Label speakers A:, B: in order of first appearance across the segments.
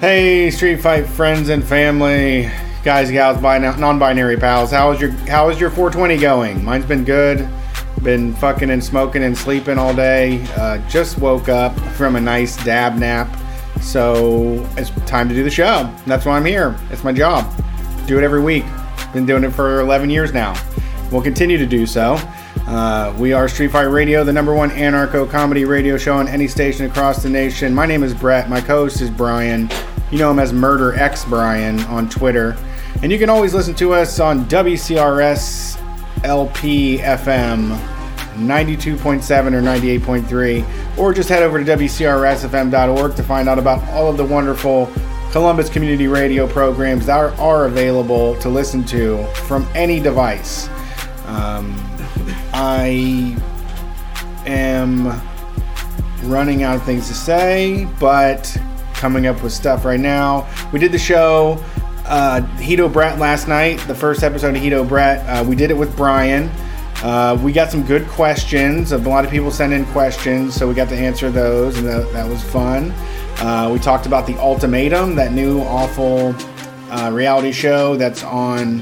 A: Hey, Street Fight friends and family, guys, gals, bi- non-binary pals. How is your How is your 420 going? Mine's been good. Been fucking and smoking and sleeping all day. Uh, just woke up from a nice dab nap, so it's time to do the show. That's why I'm here. It's my job. Do it every week. Been doing it for 11 years now. We'll continue to do so. Uh, we are Street Fight Radio, the number one anarcho comedy radio show on any station across the nation. My name is Brett. My co host is Brian. You know him as Murder X Brian on Twitter. And you can always listen to us on WCRS LP FM 92.7 or 98.3, or just head over to WCRSFM.org to find out about all of the wonderful Columbus community radio programs that are, are available to listen to from any device. Um, I am running out of things to say, but coming up with stuff right now. We did the show uh, Hito Brett last night, the first episode of Hito Brett. Uh, we did it with Brian. Uh, we got some good questions. A lot of people sent in questions, so we got to answer those, and that, that was fun. Uh, we talked about the ultimatum, that new awful uh, reality show that's on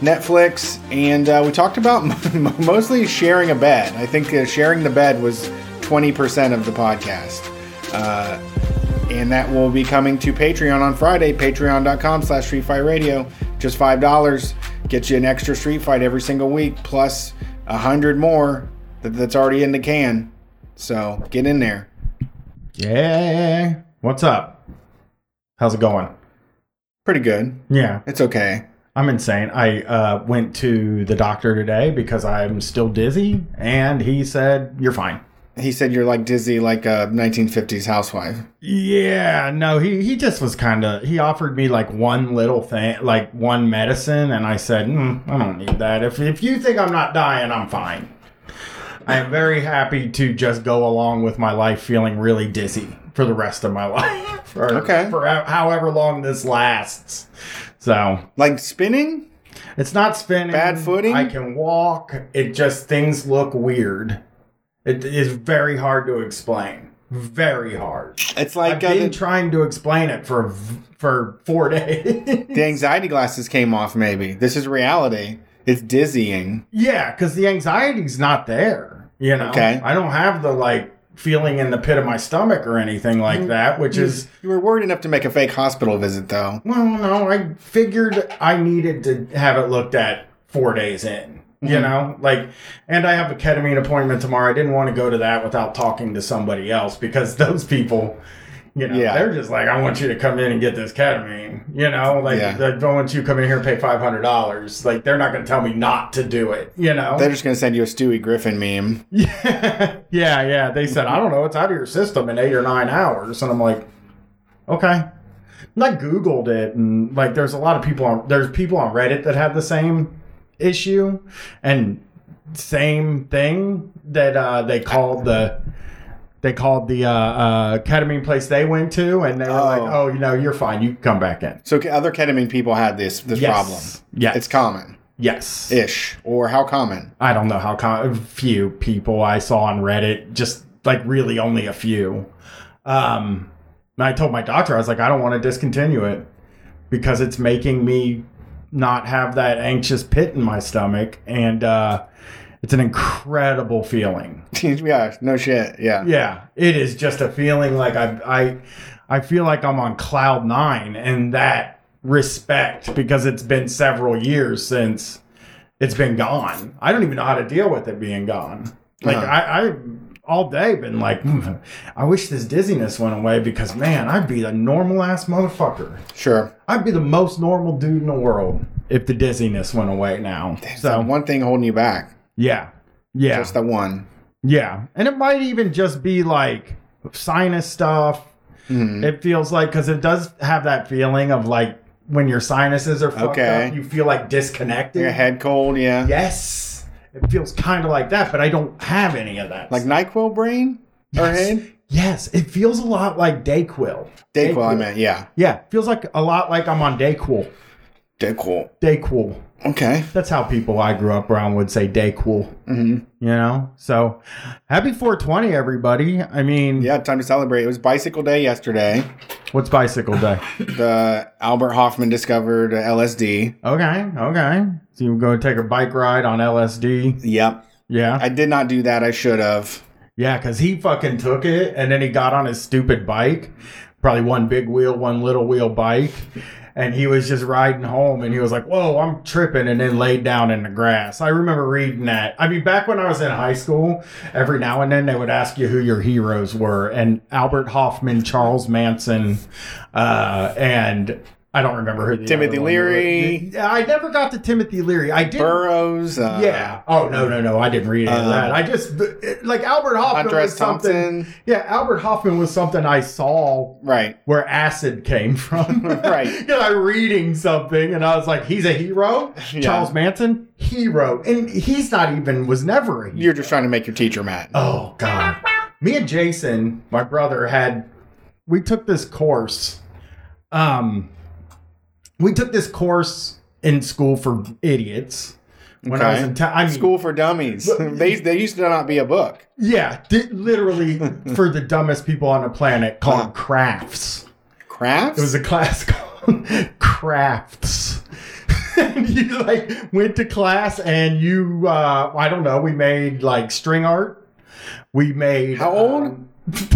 A: Netflix, and uh, we talked about mostly sharing a bed. I think uh, sharing the bed was 20% of the podcast. Uh, and that will be coming to Patreon on Friday, patreon.com slash Street Fight Radio. Just $5 gets you an extra Street Fight every single week, plus a 100 more that, that's already in the can. So get in there.
B: Yeah. What's up? How's it going?
A: Pretty good.
B: Yeah.
A: It's okay.
B: I'm insane. I uh, went to the doctor today because I'm still dizzy, and he said, You're fine.
A: He said you're like dizzy like a 1950s housewife.
B: Yeah, no, he, he just was kind of, he offered me like one little thing, like one medicine, and I said, mm, I don't need that. If, if you think I'm not dying, I'm fine. I am very happy to just go along with my life feeling really dizzy for the rest of my life. For,
A: Okay.
B: For ho- however long this lasts. So
A: Like spinning?
B: It's not spinning.
A: Bad footing?
B: I can walk. It just things look weird. It is very hard to explain. Very hard.
A: It's
B: I've
A: like uh, the,
B: been trying to explain it for for four days.
A: the anxiety glasses came off, maybe. This is reality. It's dizzying.
B: yeah, because the anxiety's not there. You know,
A: Okay.
B: I don't have the like feeling in the pit of my stomach or anything
A: Mm-hmm.
B: like that, which is
A: You were worried enough to make a fake hospital visit, though.
B: Well, no, I figured I needed to have it looked at four days in. You
A: Mhm.
B: know, like, and I have a ketamine appointment tomorrow. I didn't want to go to that without talking to somebody else because those people, you know,
A: Yeah.
B: they're just like, I want you to come in and get this ketamine. You know, like,
A: Yeah.
B: I don't want you to come in here and pay $500. Like, they're not going to tell me not to do it, you know?
A: They're just going to send you a Stewie Griffin meme.
B: Yeah, yeah, yeah. They said, I don't know, it's out of your system in eight or nine hours. And I'm like, okay. And I Googled it, and like, there's a lot of people on, there's people on Reddit that have the same issue and same thing that uh, they called the. They called the uh, uh, ketamine place they went to, and they were like,
A: Oh.
B: "Oh, you know, you're fine. You can come back in."
A: So ca- other ketamine people had this this
B: Yes.
A: problem.
B: Yes.
A: It's common
B: yes.
A: ish, or how common?
B: I don't know how com- few people I saw on Reddit, just like really only a few. Um, and I told my doctor, I was like, I don't want to discontinue it because it's making me not have that anxious pit in my stomach. And uh, it's an incredible feeling.
A: yeah, no shit. Yeah.
B: Yeah, it is just a feeling like I, I, I feel like I'm on cloud nine in that respect because it's been several years since it's been gone. I don't even know how to deal with it being gone. Like
A: Uh-huh.
B: I, I all day been like, "Hmm, I wish this dizziness went away because man, I'd be a normal ass motherfucker.
A: Sure.
B: I'd be the most normal dude in the world if the dizziness went away now.
A: So
B: So
A: one thing holding you back.
B: yeah, yeah.
A: Just the one.
B: Yeah. And it might even just be like sinus stuff.
A: Mhm.
B: It feels like, because it does have that feeling of like when your sinuses are fucked
A: Okay.
B: up, you feel like disconnected.
A: Your head cold. Yeah.
B: Yes. It feels kind of like that, but I don't have any of that.
A: Like Nyquil brain or
B: Yes.
A: head.
B: yes, it feels a lot like Dayquil.
A: Dayquil. I
B: Dayquil.
A: meant. Yeah.
B: Yeah, feels like a lot like I'm on Dayquil.
A: Dickhole.
B: Day cool.
A: Okay.
B: That's how people I grew up around would say day cool.
A: hmm
B: You know? So happy 420, everybody. I mean,
A: Yeah, time to celebrate. It was Bicycle Day yesterday.
B: what's bicycle day?
A: The Albert Hoffman discovered LSD.
B: okay, okay. So you go take a bike ride on LSD.
A: Yep.
B: Yeah.
A: I did not do that. I should have.
B: Yeah, because he fucking took it and then he got on his stupid bike, probably one big wheel, one little wheel bike. And he was just riding home and he was like, Whoa, I'm tripping. And then laid down in the grass. I remember reading that. I mean, back when I was in high school, every now and then they would ask you who your heroes were. And Albert Hoffman, Charles Manson, uh, and I don't remember who the
A: Timothy
B: other one was.
A: Leary.
B: I never got to Timothy Leary. I did
A: Burroughs. Uh,
B: yeah. Oh no, no, no! I didn't read any of
A: Uh,
B: that. I just it- like Albert Hoffman
A: Andres
B: was something.
A: Thompson.
B: Yeah, Albert Hoffman was something I saw
A: Right.
B: where acid came from.
A: Right.
B: and I reading something, and I was like, he's a hero.
A: Yeah.
B: Charles Manson, hero, and he's not even was never a hero.
A: You're just trying to make your teacher mad.
B: Oh God. Me and Jason, my brother, had we took this course. Um we took this course in school for idiots. When I was
A: Okay.
B: in town, I mean,
A: School for Dummies. they, they used to not be a book.
B: yeah, di- literally for the dumbest people on the planet called crafts.
A: Crafts?
B: It was a class called crafts. and you like went to class and you uh I don't know, we made like string art. We made
A: How old?
B: um,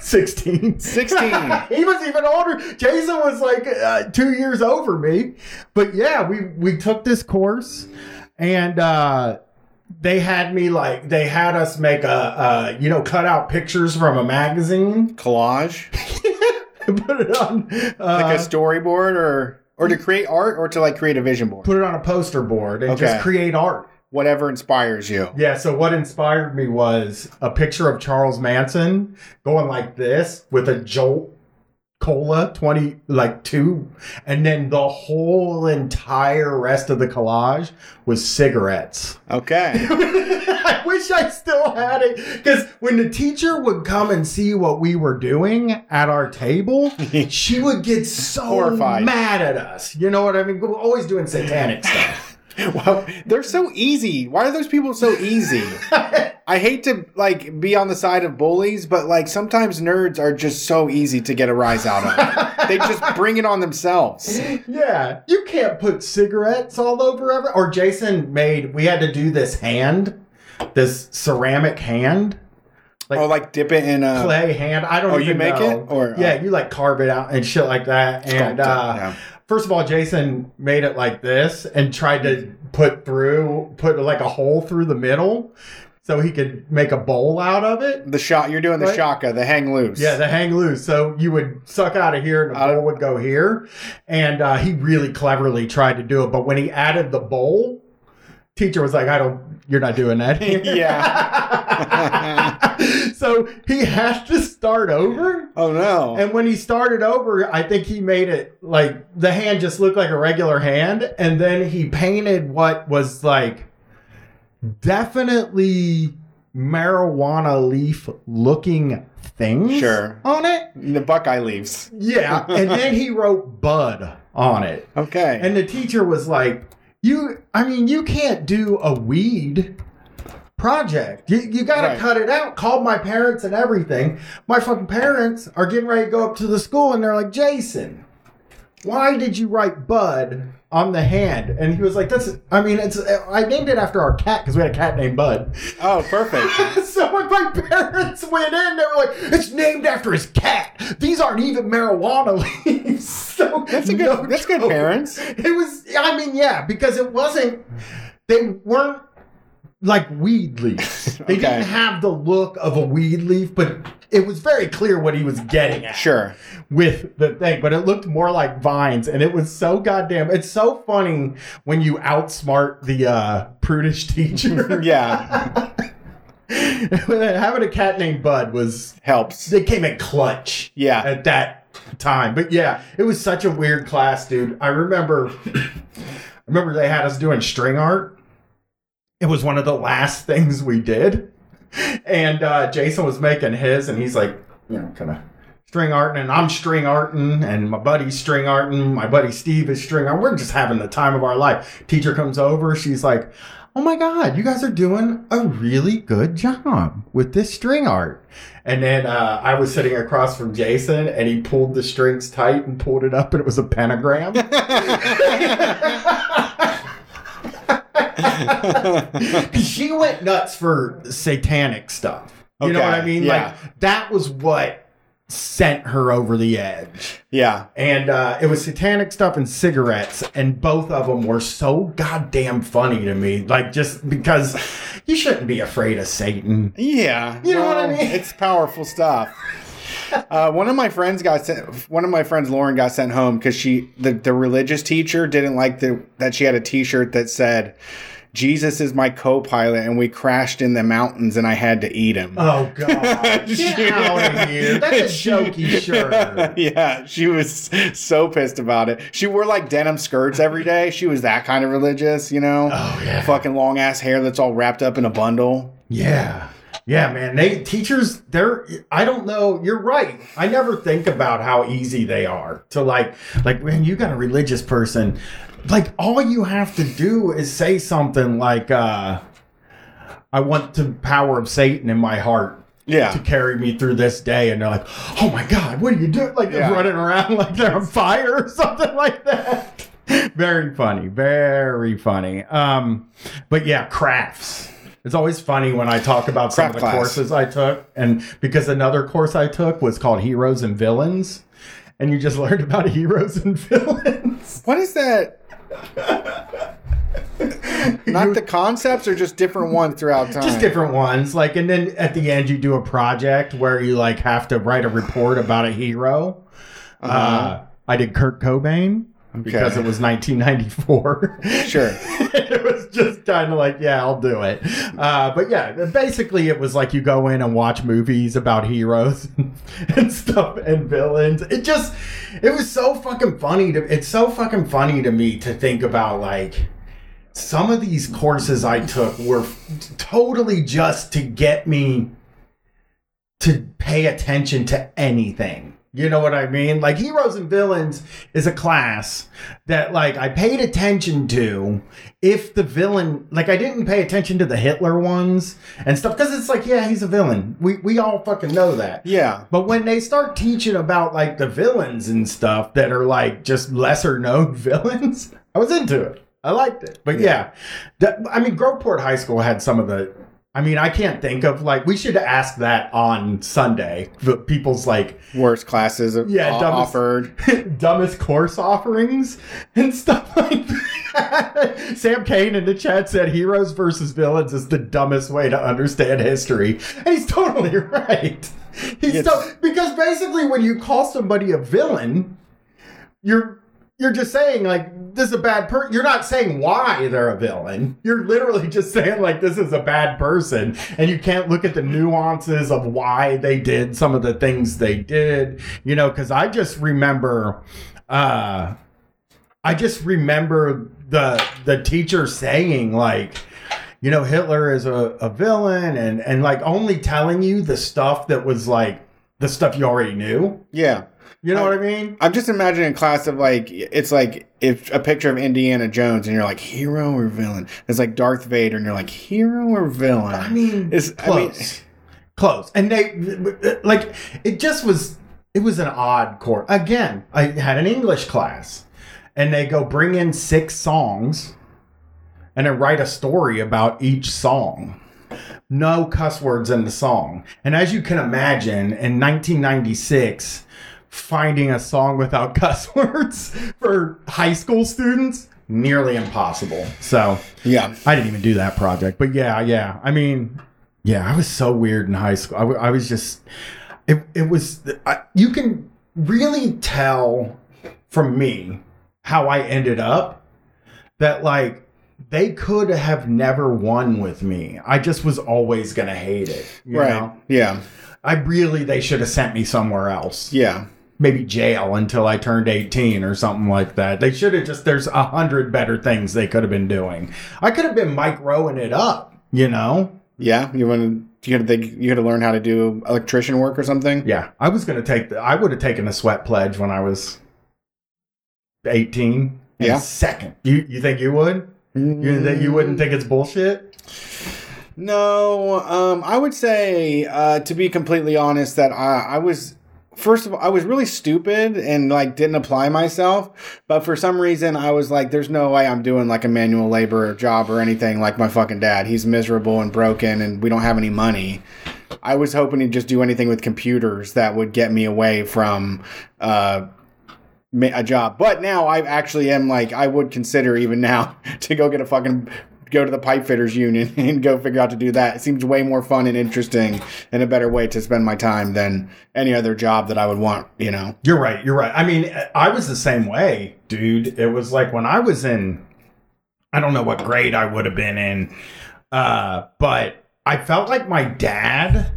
B: 16.
A: 16.
B: he was even older. Jason was like uh, two years over me. But yeah, we we took this course, and uh, they had me like they had us make a uh, you know cut out pictures from a magazine,
A: Collage?
B: and put it on uh,
A: Like a storyboard or or to create art or to like create a vision board?
B: put it on a poster board and
A: Okay.
B: just create art.
A: Whatever inspires you.
B: Yeah, so what inspired me was a picture of Charles Manson going like this with a jolt cola 20 like two and then the whole entire rest of the collage was cigarettes.
A: Okay.
B: I wish I still had it cuz when the teacher would come and see what we were doing at our table, she would get so
A: Horrified.
B: mad at us. You know what I mean? We're always doing satanic stuff.
A: Well, they're so easy. Why are those people so easy? I hate to like be on the side of bullies, but like sometimes nerds are just so easy to get a rise out of. they just bring it on themselves.
B: Yeah, you can't put cigarettes all over every. Or Jason made. We had to do this hand, this ceramic hand,
A: oh, like dip it in a
B: clay hand. I don't.
A: oh,
B: even
A: you make
B: know.
A: it? Or, uh,
B: yeah, you like carve it out and shit like that. And
A: sculpt it,
B: uh,
A: yeah.
B: first of all, Jason made it like this and tried to put through, put like a hole through the middle, so he could make a bowl out of it.
A: the shot you're doing the
B: Right?
A: shaka, the hang loose.
B: Yeah, the hang loose. So you would suck out of here, and the
A: Out of-
B: bowl would go here. And uh, he really cleverly tried to do it, but when he added the bowl, teacher was like, "I don't, you're not doing that." here." so he had to start over.
A: oh no.
B: And when he started over, I think he made it like the hand just looked like a regular hand, and then he painted what was like definitely marijuana leaf looking things
A: Sure.
B: on it.
A: the Buckeye leaves.
B: Yeah, and then he wrote Bud on it.
A: Okay.
B: And the teacher was like, "You I mean, you can't do a weed project. You you got to
A: Right.
B: cut it out. Called my parents and everything. My fucking parents are getting ready to go up to the school and they're like, "Jason, why did you write Bud on the hand?" And he was like, "That's I mean, it's I named it after our cat cuz we had a cat named Bud."
A: oh, perfect.
B: so when my parents went in, they were like, "It's named after his cat. These aren't even marijuana leaves." So
A: That's a good
B: no
A: that's good
B: joke.
A: parents.
B: It was. I mean, yeah, because it wasn't. They weren't like weed leaves. They
A: Okay.
B: didn't have the look of a weed leaf, but it was very clear what he was getting at
A: Sure.
B: with the thing, but it looked more like vines, and it was so goddamn. It's so funny when you outsmart the uh, prudish teacher.
A: Yeah.
B: having a cat named Bud was
A: Helps.
B: they came in clutch
A: Yeah.
B: at that time. But yeah, it was such a weird class, dude. I remember, I remember they had us doing string art. It was one of the last things we did, and uh, Jason was making his, and he's like, you know, kind of string arting, and I'm string arting, and my buddy's string arting, my buddy Steve is string arting. We're just having the time of our life. Teacher comes over, she's like, Oh my God, you guys are doing a really good job with this string art. And then uh, I was sitting across from Jason, and he pulled the strings tight and pulled it up, and it was a pentagram. she went nuts for satanic stuff. You know
A: Okay,
B: what I mean?
A: yeah.
B: Like that was what sent her over the edge.
A: yeah.
B: And uh, it was satanic stuff and cigarettes, and both of them were so goddamn funny to me. Like just because you shouldn't be afraid of Satan.
A: Yeah,
B: You know what I mean?
A: It's powerful stuff. Uh, one of my friends got sent. One of my friends, Lauren, got sent home because she, the, the religious teacher, didn't like the, that she had a T-shirt that said, "Jesus is my co-pilot," and we crashed in the mountains, and I had to eat him.
B: Oh God! Get
A: She-
B: out of here! That's a jokey shirt.
A: yeah, she was so pissed about it. She wore like denim skirts every day. She was that kind of religious, you know.
B: Oh yeah.
A: Fucking long ass hair that's all wrapped up in a bundle.
B: Yeah. Yeah, man. They teachers, they're I don't know, you're right. I never think about how easy they are to like like when you got a religious person, like all you have to do is say something like uh I want the power of Satan in my heart to
A: Yeah,
B: carry me through this day, and they're like, "Oh my God, what are you doing?" Like they're
A: Yeah.
B: running around like they're on fire or something like that. Very funny, very funny. Um, but yeah, crafts. It's always funny when I talk about some
A: Craft
B: of the
A: class.
B: courses I took, and because another course I took was called Heroes and Villains, and you just learned about heroes and villains.
A: what is that? Not
B: You-
A: the concepts or just different ones throughout time.
B: just different ones like and then at the end you do a project where you like have to write a report about a hero
A: Uh-huh.
B: uh i did kurt cobain because it was 1994
A: Sure.
B: it was just kind of like yeah i'll do it uh, but yeah basically it was like you go in and watch movies about heroes and stuff and villains it just it was so fucking funny to it's so fucking funny to me to think about like some of these courses I took were f- totally just to get me to pay attention to anything. You know what I mean? Like Heroes and Villains is a class that like I paid attention to if the villain like I didn't pay attention to the Hitler ones and stuff cuz it's like yeah, he's a villain. We we all fucking know that.
A: Yeah.
B: But when they start teaching about like the villains and stuff that are like just lesser known villains, I was into it. I liked it. But yeah, that, I mean, Groveport High School had some of the. I mean, I can't think of like we should ask that on Sunday. The people's like
A: Worst classes of,
B: Yeah,
A: o-
B: dumbest-
A: offered.
B: dumbest course offerings and stuff like that. Sam Kane in the chat said heroes versus villains is the dumbest way to understand history. And he's totally right. He's
A: It's-
B: so- because basically when you call somebody a villain, you're you're just saying like this is a bad person. You're not saying why they're a villain. You're literally just saying like this is a bad person, and you can't look at the nuances of why they did some of the things they did. You know, because I just remember, uh, I just remember the the teacher saying like. You know, Hitler is a, a villain and, and like only telling you the stuff that was like the stuff you already knew.
A: Yeah.
B: You know
A: I-
B: what I mean?
A: I'm just imagining a class of like, it's like if a picture of Indiana Jones and you're like, hero or villain? It's like Darth Vader and you're like, hero or villain?
B: I mean,
A: It's- I mean-
B: close, close, and they like it. Just was it was an odd course. Again, I had an English class, and they go bring in six songs, and then write a story about each song. No cuss words in the song, and as you can imagine, in 1996. Finding a song without cuss words for high school students nearly impossible. So
A: yeah.
B: I didn't even do that project, but yeah, yeah. I mean, yeah, I was so weird in high school. I, w- I was just, it, it was, I, you can really tell from me how I ended up that, like, they could have never won with me. I just was always going to hate it. you
A: Right.
B: know?
A: Yeah.
B: I really, they should have sent me somewhere else
A: Yeah.
B: maybe jail until I turned 18 or something like that. They should have just, there's a hundred better things they could have been doing. I could have been Mike Rowan it up, you know?
A: Yeah, you want to you had to think you had to learn how to do electrician work or something.
B: Yeah, I was gonna take the. I would have taken the sweat pledge when I was eighteen. in
A: Yeah.
B: Second, you you think you would? You think you wouldn't think it's bullshit?
A: No, um, I would say uh, to be completely honest that I, I was first of all I was really stupid and like didn't apply myself, but for some reason I was like, there's no way I'm doing like a manual labor job or anything like my fucking dad. He's miserable and broken, and we don't have any money. I was hoping to just do anything with computers that would get me away from uh, ma- a job. But now I actually am like I would consider even now to go get a fucking go to the pipe fitters union and go figure out to do that. It seems way more fun and interesting and a better way to spend my time than any other job that I would want. You know?
B: You're right. You're right. I mean, I was the same way, dude. It was like when I was in, I don't know what grade I would have been in, uh, but I felt like my dad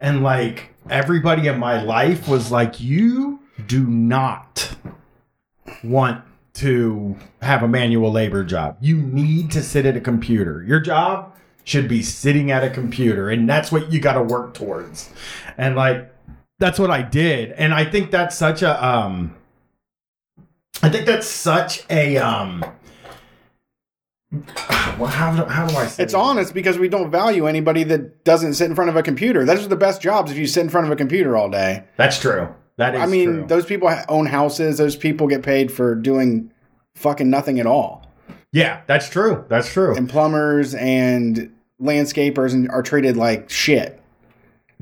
B: and like everybody in my life was like, you do not want to have a manual labor job. You need to sit at a computer. Your job should be sitting at a computer, and that's what you got to work towards. And like, that's what I did. And I think that's such a um I think that's such a um well, how do, how do I say
A: It's
B: it?
A: honest because we don't value anybody that doesn't sit in front of a computer. Those are the best jobs if you sit in front of a computer all day.
B: That's true. That is
A: I mean,
B: true.
A: those people ha- own houses. Those people get paid for doing fucking nothing at all.
B: yeah, that's true. That's true.
A: And plumbers and landscapers and are treated like shit.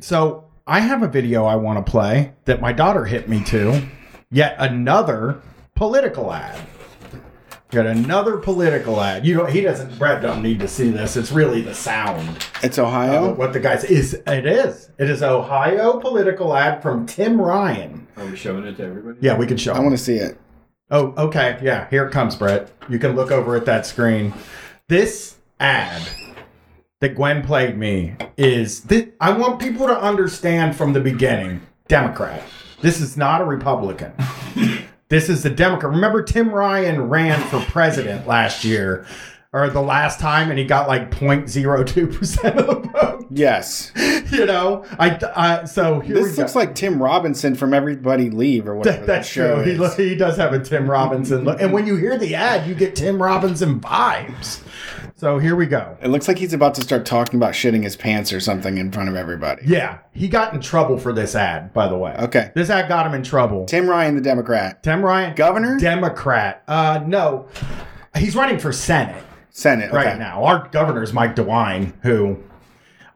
B: So I have a video I want to play that my daughter hit me to. Yet another political ad. Got another political ad. You know, he doesn't. Brett don't need to see this. It's really the sound.
A: It's Ohio.
B: But What the guys is it is it is Ohio political ad from Tim Ryan.
C: Are we showing it to everybody?
B: Yeah, we can show.
A: I want to see it.
B: Oh, okay. Yeah, here it comes, Brett. You can look over at that screen. This ad that Gwen played me is this, I want people to understand from the beginning Democrat. This is not a Republican. this is the Democrat. Remember, Tim Ryan ran for president last year or the last time, and he got like 0.02% of the vote.
A: Yes.
B: You know, I, I so here we
A: This
B: go.
A: looks like Tim Robinson from Everybody Leave or whatever.
B: That- that's true. He, lo-
A: looks.
B: he does have a Tim Robinson look. And when you hear the ad, you get Tim Robinson vibes. So here we go.
A: It looks like he's about to start talking about shitting his pants or something in front of everybody.
B: Yeah, he got in trouble for this ad, by the way.
A: Okay.
B: This ad got him in trouble. Tim,
A: Tim Ryan, the Democrat,
B: Ryan,
A: Governor?
B: Democrat. Uh, no, he's running for Senate
A: Senate.
B: right
A: okay.
B: now. Our governor's Mike DeWine, who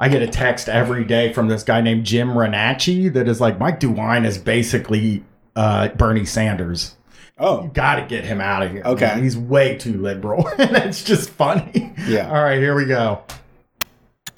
B: I get a text every day from this guy named Jim Renacci that is like, Mike DeWine is basically uh, Bernie Sanders.
A: Oh,
B: got to get him out of here.
A: Okay.
B: man. He's way too liberal. and it's just funny.
A: Yeah.
B: All right, here we go.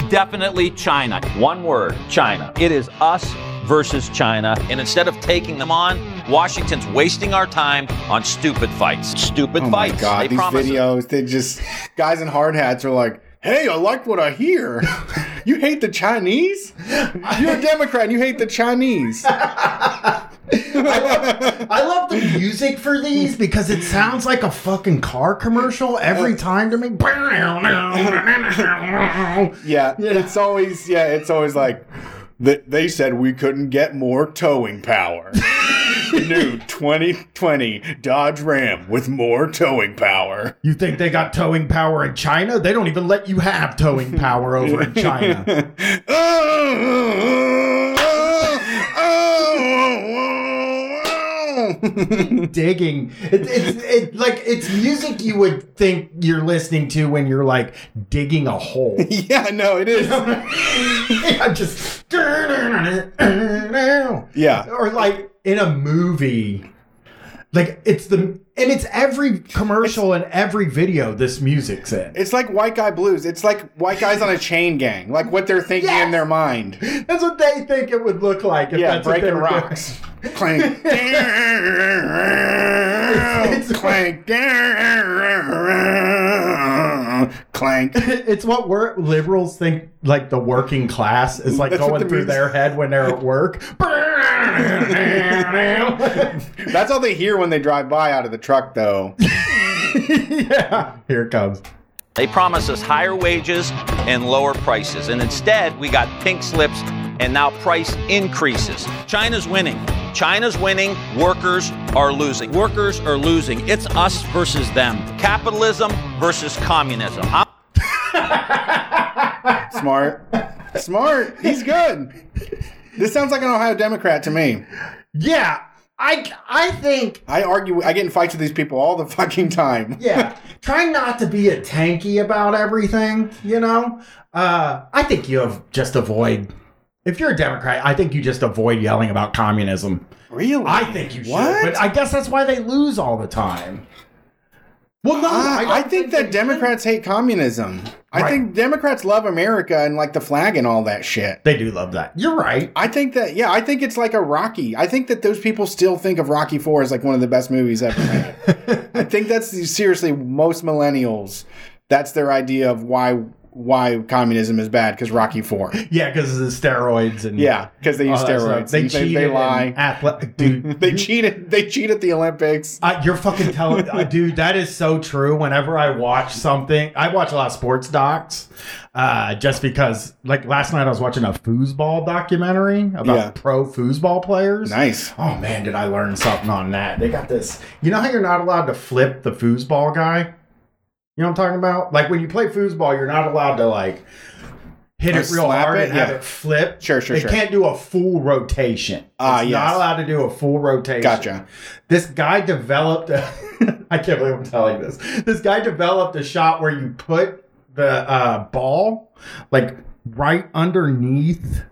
D: Definitely China.
E: One word China. It is us versus China.
D: And instead of taking them on, Washington's wasting our time on stupid fights. Stupid
A: oh my
D: fights.
A: God.
D: they
A: These
D: promise
A: videos, they just, guys in hard hats are like, hey, I like what I hear. you hate the Chinese? You're a Democrat and you hate the Chinese.
B: I love the music for these because it sounds like a fucking car commercial
A: Uh,
B: every time to me.
A: Yeah, it's always yeah, it's always like th- they said we couldn't get more towing power. New 2020 Dodge Ram with more towing power.
B: You think they got towing power in China? They don't even let you have towing power over in China. Digging, it, it's it, like it's music you would think you're listening to when you're like digging a hole.
A: yeah, no, it is.
B: I'm just yeah, or like in a movie, like it's the and it's every commercial and every video this music's in.
A: It's like white guy blues. It's like white guys on a chain gang. Like what they're thinking in their mind.
B: That's what they think it would look like. If
A: Yeah,
B: that's what they
A: breaking
B: were doing.
A: rocks. Clank. Clank. Clank.
B: It's what we're, liberals think. Like the working class is like
A: That's what
B: going
A: the
B: through
A: music-
B: their head when they're at work.
A: That's all they hear when they drive by out of the truck, though.
B: yeah, here it comes.
D: They promised us higher wages and lower prices. And instead, we got pink slips and now price increases. China's winning. China's winning. Workers are losing. Workers are losing. It's us versus them. Capitalism versus communism. I'm-
A: Smart. Smart. He's good. This sounds like an Ohio Democrat to me.
B: Yeah, I I think
A: I argue, I get in fights with these people all the fucking time.
B: yeah, try not to be a tanky about everything, you know? Uh, I think you have just avoid. If you're a Democrat, I think you just avoid yelling about communism.
A: Really?
B: I think you should.
A: What?
B: But I guess that's why they lose all the time. Well, no,
A: Uh,
B: don't
A: I think
B: they
A: that
B: should.
A: Democrats hate communism. I
B: Right.
A: think Democrats love America and like the flag and all that shit.
B: They do love that. You're right.
A: I think that yeah, I think it's like a Rocky. I think that those people still think of Rocky Four as like one of the best movies ever made. I think that's the- seriously most millennials. That's their idea of why why communism is bad because Rocky Four.
B: Yeah, because of the steroids and
A: Yeah, because they use
B: all that stuff.
A: steroids.
B: They
A: and
B: cheated.
A: They
B: and
A: lie.
B: athle- dude,
A: They cheated. They cheat at the Olympics.
B: I, you're fucking telling, uh, dude. That is so true. Whenever I watch something, I watch a lot of sports docs, uh, just because. Like last night, I was watching a foosball documentary about
A: Yeah.
B: pro foosball players.
A: Nice.
B: Oh man, did I learn something on that? They got this. You know how you're not allowed to flip the foosball guy. You know what I'm talking about? Like when you play foosball, you're not allowed to like hit
A: Or
B: it real
A: slap
B: hard
A: it?
B: and have
A: Yeah.
B: it flip.
A: Sure, sure,
B: They
A: sure.
B: can't do a full rotation.
A: Ah,
B: It's
A: yes.
B: Not allowed to do a full rotation
A: Gotcha.
B: this guy developed a, I can't believe I'm telling this. This guy developed a shot where you put the uh, ball like right underneath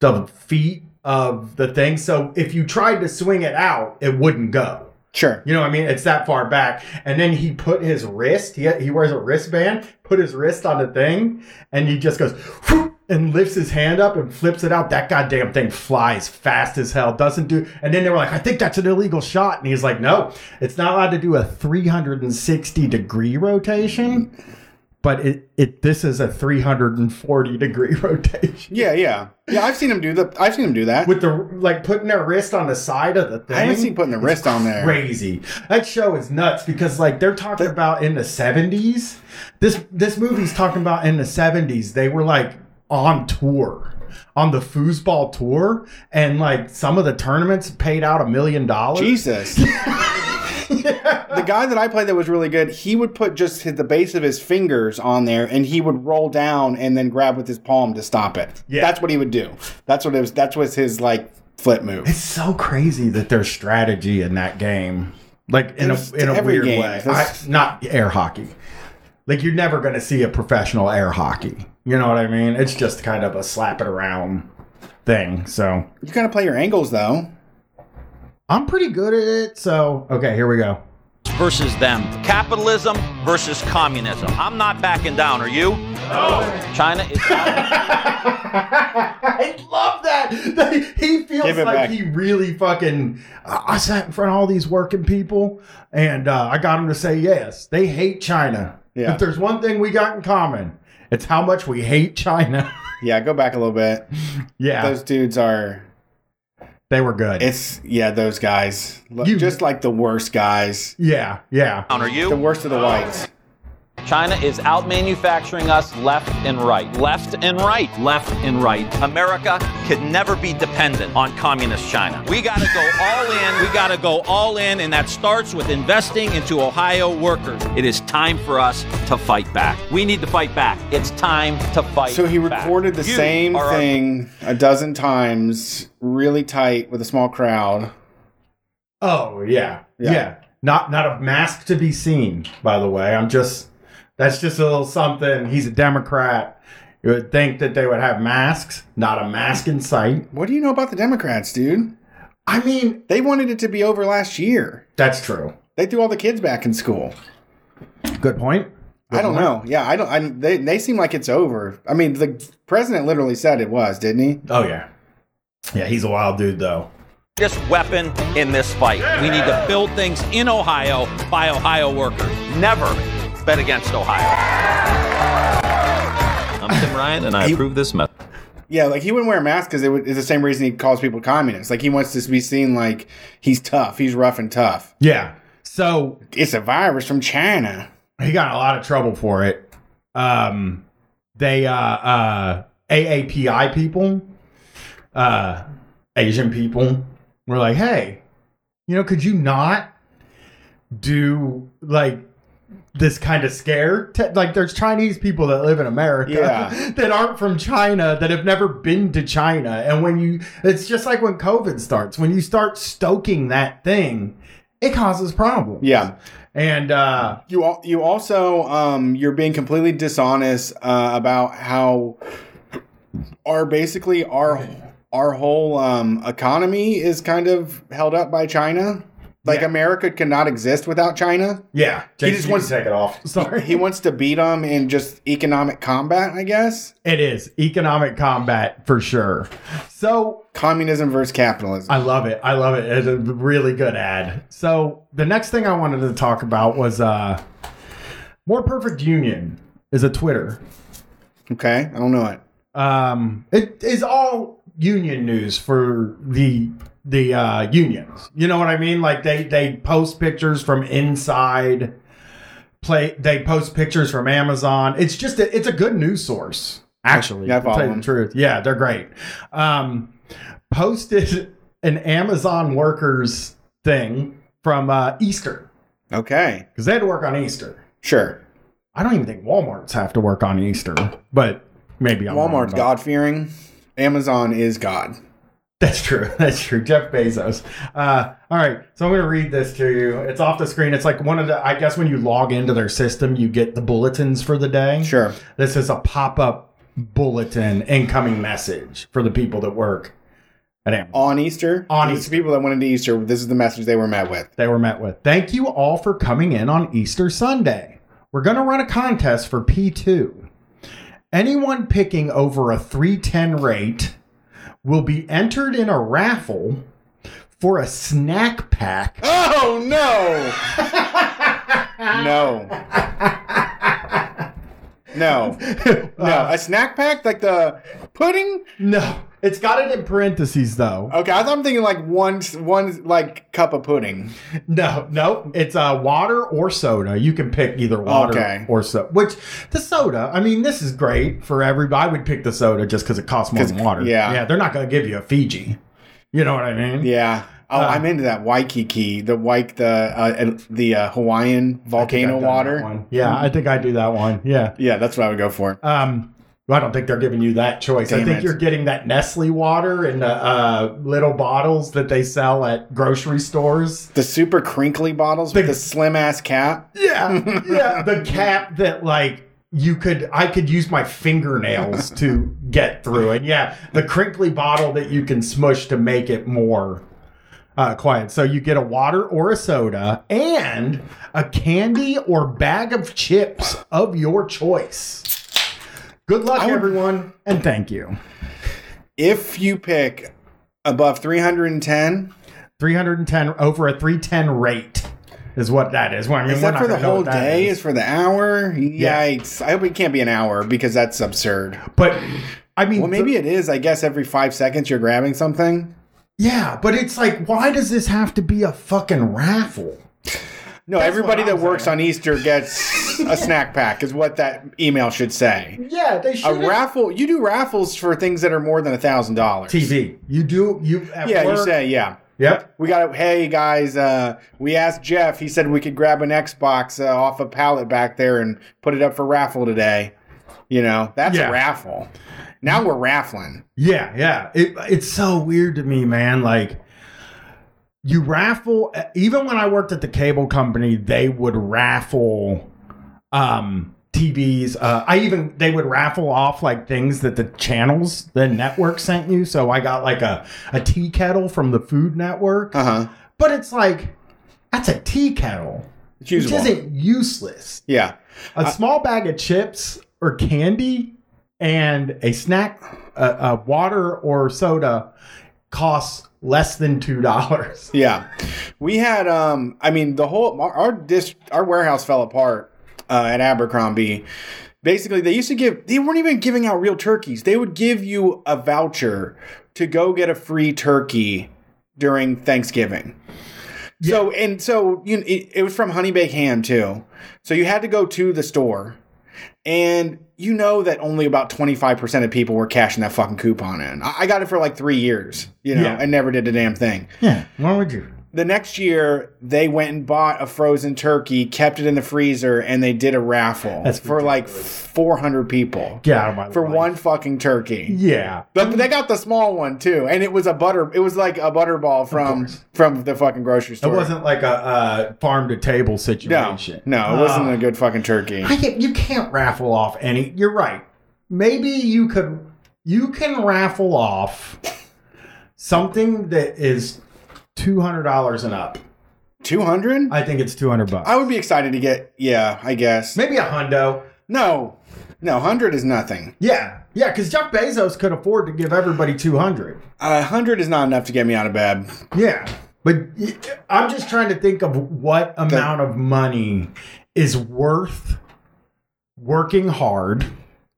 B: the feet of the thing. So if you tried to swing it out, it wouldn't go.
A: Sure.
B: You know what I mean? It's that far back. And then he put his wrist, he, he wears a wristband, put his wrist on the thing, and he just goes "Whoop," and lifts his hand up and flips it out. That goddamn thing flies fast as hell. Doesn't do. And then they were like, I think that's an illegal shot. And he's like, no, it's not allowed to do a 360 degree rotation. But it, it this is a 340 degree rotation.
A: Yeah, yeah, yeah. I've seen him do the. I've seen him do that.
B: With the like putting their wrist on the side of the thing.
A: I haven't seen putting the wrist on there.
B: crazy. That show is nuts because like they're talking about in the seventies. This this movie's talking about in the seventies. They were like on tour, on the foosball tour, and like some of the tournaments paid out a million dollars.
A: Jesus. The guy that I played that was really good, he would put just his, the base of his fingers on there, and he would roll down and then grab with his palm to stop it.
B: Yeah.
A: that's what he would do. That's what it was. That was his like flip move.
B: It's so crazy that there's strategy in that game, like in
A: There's
B: a in a
A: every
B: weird
A: game.
B: way. I,
A: There's-
B: not air hockey. Like you're never going to see a professional air hockey. You know what I mean? It's just kind of a slap it around thing. So
A: You gotta play your angles though.
B: I'm pretty good at it, so okay, here we go.
D: versus them. Capitalism versus communism. I'm not backing down, are you? No. China is
B: I love that. That He feels
A: Give it
B: like
A: back.
B: he really fucking. I sat in front of all these working people, and uh, I got them to say yes. They hate China.
A: Yeah.
B: If there's one thing we got in common, it's how much we hate China.
A: Yeah, go back a little bit.
B: yeah,
A: Those dudes are.
B: they were good.
A: It's yeah, those guys. Look,
B: You-
A: just like the worst guys,
B: yeah, yeah.
D: down, are
A: the
D: you?
A: worst of the whites.
D: China is out manufacturing us left and right. Left and right. Left and right. America could never be dependent on communist China. We gotta go all in. We gotta go all in, and that starts with investing into Ohio workers. It is time for us to fight back. We need to fight back. It's time to fight
A: So he
D: back.
A: recorded the
D: You
A: same
D: are our
A: thing a dozen times, really tight with a small crowd.
B: Oh yeah,
A: Yeah.
B: yeah, Not not a mask to be seen. By the way, I'm just that's just a little something. He's a Democrat. You would think that they would have masks. Not a mask in sight.
A: What do you know about the Democrats, dude?
B: I mean,
A: They wanted it to be over last year.
B: that's true.
A: They threw all the kids back in school.
B: Good point.
A: I don't know. Yeah, I don't. I, they they seem like it's over. I mean, the president literally said it was, didn't he?
B: Oh yeah, yeah. He's a wild dude though.
D: This weapon in this fight. We need to build things in Ohio by Ohio workers. Never bet against Ohio. I'm Tim Ryan, and I approve this message.
A: Yeah, like he wouldn't wear a mask because it would, it's the same reason he calls people communists. Like he wants to be seen like he's tough, he's rough and tough.
B: Yeah. So
A: It's a virus from China.
B: he got in a lot of trouble for it. um, they uh, uh, AAPI people, uh, Asian people, were like, "Hey, you know, could you not do like this kind of scare? Te- like, there's Chinese people that live in America
A: Yeah.
B: that aren't from China that have never been to China, and when you, it's just like when COVID starts. When you start stoking that thing, it causes problems.
A: Yeah.
B: and uh,
A: You al- you also um, you're being completely dishonest uh, about how our basically our our whole um, economy is kind of held up by China. Like
B: Yeah.
A: America cannot exist without China.
B: yeah,
A: He just
B: you
A: wants-
B: can take it off. Sorry,
A: He wants to beat them in just economic combat, I guess.
B: It is economic combat for sure. So
A: Communism versus capitalism.
B: I love it. I love it. It's a really good ad. So the next thing I wanted to talk about was uh More Perfect Union is a Twitter.
A: Okay, I don't know it.
B: Um it is all union news for the the uh unions. You know what I mean? Like they they post pictures from inside play they post pictures from Amazon. It's just a, it's a good news source. Actually,
A: Yeah, I
B: to tell
A: follow
B: you
A: them.
B: the truth. Yeah, they're great. Um, posted an Amazon workers thing from uh, Easter
A: Okay,
B: because they had to work on Easter.
A: sure.
B: I don't even think Walmart's have to work on Easter, but maybe I'm wrong
A: Walmart's
B: about-
A: God fearing. Amazon is God.
B: That's true. That's true. Jeff Bezos. Uh, all right. So I'm going to read this to you. It's off the screen. It's like one of the, I guess when you log into their system, you get the bulletins for the day.
A: Sure.
B: This is a pop up bulletin incoming message for the people that work at Amazon.
A: On Easter.
B: On
A: These
B: Easter.
A: people that went into Easter. This is the message they were met with.
B: they were met with. Thank you all for coming in on Easter Sunday. We're going to run a contest for P2. Anyone picking over a 310 rate will be entered in a raffle for a snack pack.
A: Oh no! no. No.
B: Uh.
A: No. A snack pack like the pudding?
B: No, Uh, it's got it in parentheses though.
A: Okay, I thought I'm thinking like one one like cup of pudding.
B: No, no, it's uh, water or soda. You can pick either water
A: Okay.
B: or soda. Which the soda, I mean, this is great for everybody. I would pick the soda just because it costs more
A: 'Cause-
B: than water.
A: yeah.
B: yeah, they're not going to give you a Fiji. You know what I mean?
A: Yeah. Oh, I'm into that Waikiki, the Waik, the uh, the uh, Hawaiian volcano
B: I've done that
A: water.
B: one. Yeah, I think I do that one. Yeah.
A: Yeah, that's what I would go for.
B: Um, well, I don't think they're giving you that choice. I
A: Damn
B: think
A: it.
B: you're getting that Nestle water in the uh, little bottles that they sell at grocery stores.
A: The super crinkly bottles with
B: The-
A: the slim ass cap.
B: Yeah, yeah. the cap that like you could I could use my fingernails to get through, and yeah, the crinkly bottle that you can smush to make it more. Uh, quiet. So you get a water or a soda and a candy or bag of chips of your choice. Good luck,
A: I would-
B: everyone, and thank you.
A: If you pick above 310,
B: 310 over a 310 rate is what that is. Well, I mean,
A: Is
B: we're
A: that
B: not
A: for the
B: gonna know
A: whole
B: what that
A: day?
B: is.
A: Is. for the hour? Yikes! I hope it can't be an hour because that's absurd.
B: But I mean,
A: Well, maybe it is. I guess every five seconds you're grabbing something.
B: Yeah, but it's like, why does this have to be a fucking raffle?
A: No, everybody
B: what
A: that
B: I'm
A: works
B: saying.
A: on Easter gets a snack pack. Is what that email should say.
B: Yeah, they
A: A
B: should.
A: raffle. You do raffles for things that are more than a thousand dollars.
B: TV. You do you. At
A: Yeah, you
B: work-
A: say yeah.
B: Yep.
A: We got. Hey guys, uh, we asked Jeff. He said we could grab an Xbox uh, off a pallet back there and put it up for raffle today. You know, that's
B: Yeah.
A: a raffle. Now we're raffling.
B: Yeah, yeah. It, it's so weird to me, man. Like, you raffle. e, Even when I worked at the cable company, they would raffle um TVs. Uh, I even they would raffle off like things that the channels, the network sent you. So I got like a a tea kettle from the Food Network.
A: Uh huh.
B: But it's like, that's a tea kettle,
A: It's usable.
B: which isn't useless.
A: Yeah.
B: A small bag of chips or candy and a snack, a, a water or soda costs less than two dollars.
A: Yeah. We had um I mean the whole our, our dis our warehouse fell apart uh, at Abercrombie. Basically, they used to give they weren't even giving out real turkeys. They would give you a voucher to go get a free turkey during Thanksgiving. So and so you it, it was from Honey Bake Ham too. So you had to go to the store And you know that only about 25% of people were cashing that fucking coupon in. I I got it for like three years, you know,
B: Yeah.
A: I never did a damn thing.
B: Yeah. Why would you?
A: The next year, they went and bought a frozen turkey, kept it in the freezer, and they did a raffle
B: That's
A: for like 400 people
B: Get out of my
A: for
B: life.
A: one fucking turkey.
B: Yeah.
A: But they got the small one too, and it was a butter. It was like a butterball from
B: course.
A: from the fucking grocery
B: It
A: store.
B: wasn't like a uh, farm to table
A: No,
B: situation. Um,
A: no, it wasn't a good fucking turkey.
B: Ah. I can't, you can't raffle off any. You're right. Maybe you could. You can raffle off something that is two hundred dollars and up.
A: Two hundred?
B: I think it's two hundred bucks.
A: I would be excited to get. Yeah, I guess.
B: Maybe a hundo.
A: No, no, hundred is nothing.
B: Yeah, yeah. Because Jeff Bezos could afford to give everybody two hundred.
A: A hundred is not enough to get me out of bed.
B: Yeah, but y- I'm just trying to think of what amount of money is worth working hard.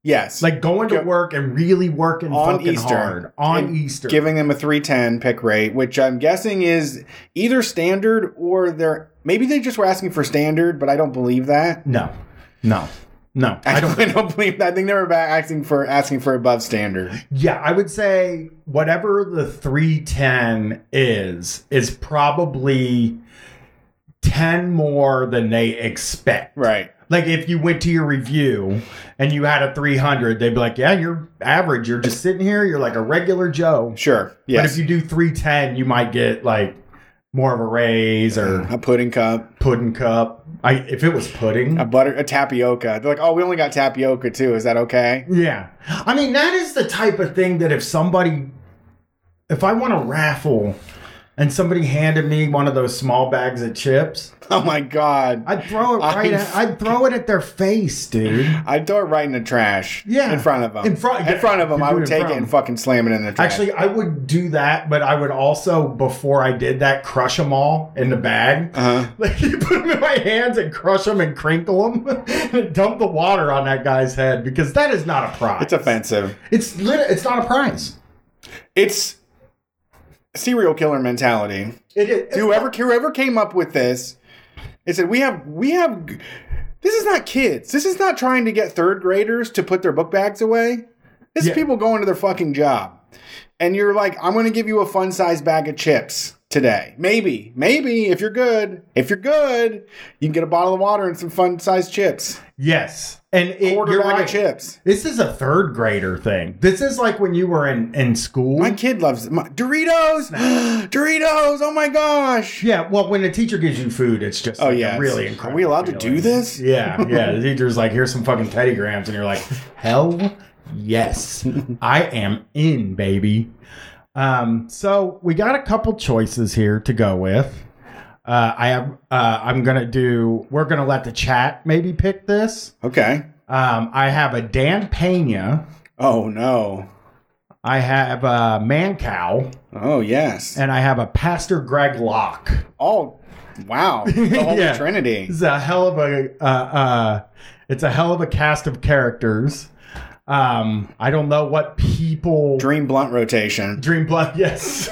A: Yes,
B: It's like going to
A: Go-
B: work and really working
A: on
B: fucking
A: Easter
B: hard on
A: and
B: Easter.
A: giving them a three ten pick rate, which I'm guessing is either standard or they're maybe they just were asking for standard, but I don't believe that.
B: no, no, no. I don't.
A: I don't believe that. I think they were asking for asking for above standard.
B: yeah, I would say whatever the three ten is is probably ten more than they expect.
A: Right.
B: Like if you went to your review and you had a 300, they'd be like, "Yeah, you're average. You're just sitting here. You're like a regular Joe."
A: Sure.
B: But
A: Yes.
B: if you do 310, you might get like more of a raise or
A: a pudding cup,
B: pudding cup. I if it was pudding,
A: a butter, a tapioca. They're like, oh, we only got tapioca too. Is that okay?
B: yeah. I mean, that is the type of thing that if somebody, if I want a raffle, and somebody handed me one of those small bags of chips,
A: Oh my god.
B: I'd throw it right.
A: I-
B: At, I'd throw it at their face, dude.
A: I'd throw it right in the trash.
B: Yeah.
A: In front of them.
B: In front-
A: In front of them.
B: You
A: I
B: do
A: would
B: in
A: take
B: front.
A: it and fucking slam it in the trash.
B: Actually, I would do that, but I would also, before I did that, crush them all in the bag.
A: Uh-huh.
B: Like you put them in my hands and crush them and crinkle them, and dump the water on that guy's head because that is not a prize.
A: it's offensive.
B: It's lit- it's not a prize.
A: It's serial killer mentality.
B: It is.
A: Whoever whoever came up with this, it said we have we have. This is not kids. This is not trying to get third graders to put their book bags away. This
B: Yeah.
A: is people going to their fucking job, and you're like, I'm going to give you a fun size bag of chips today. Maybe, maybe if you're good, if you're good, you can get a bottle of water and some fun size chips,
B: yes, and it,
A: quarter
B: you're
A: bag
B: right.
A: of chips.
B: This is a third grader thing. This is like when you were in in school.
A: My kid loves my, Doritos. Doritos. Oh my gosh.
B: yeah, well, when the teacher gives you food, it's just
A: Oh
B: like a
A: yeah.
B: really
A: it's-
B: incredible.
A: Are we allowed to
B: feeling.
A: do this?
B: Yeah, yeah. The teacher's like, here's some fucking Teddy Grams. And you're like, hell yes. I am in, baby. Um, so we got a couple choices here to go with. Uh, I have, uh, I'm going to do, we're going to let the chat maybe pick this.
A: Okay.
B: Um, I have a Dan Pena.
A: Oh no.
B: I have a Man Cow.
A: Oh yes.
B: And I have a Pastor Greg Locke.
A: Oh, wow. The Holy
B: Yeah.
A: Trinity.
B: This is a hell of a uh, uh, it's a hell of a cast of characters. Um, I don't know what people
A: Dream blunt rotation.
B: Dream Blood. Yes,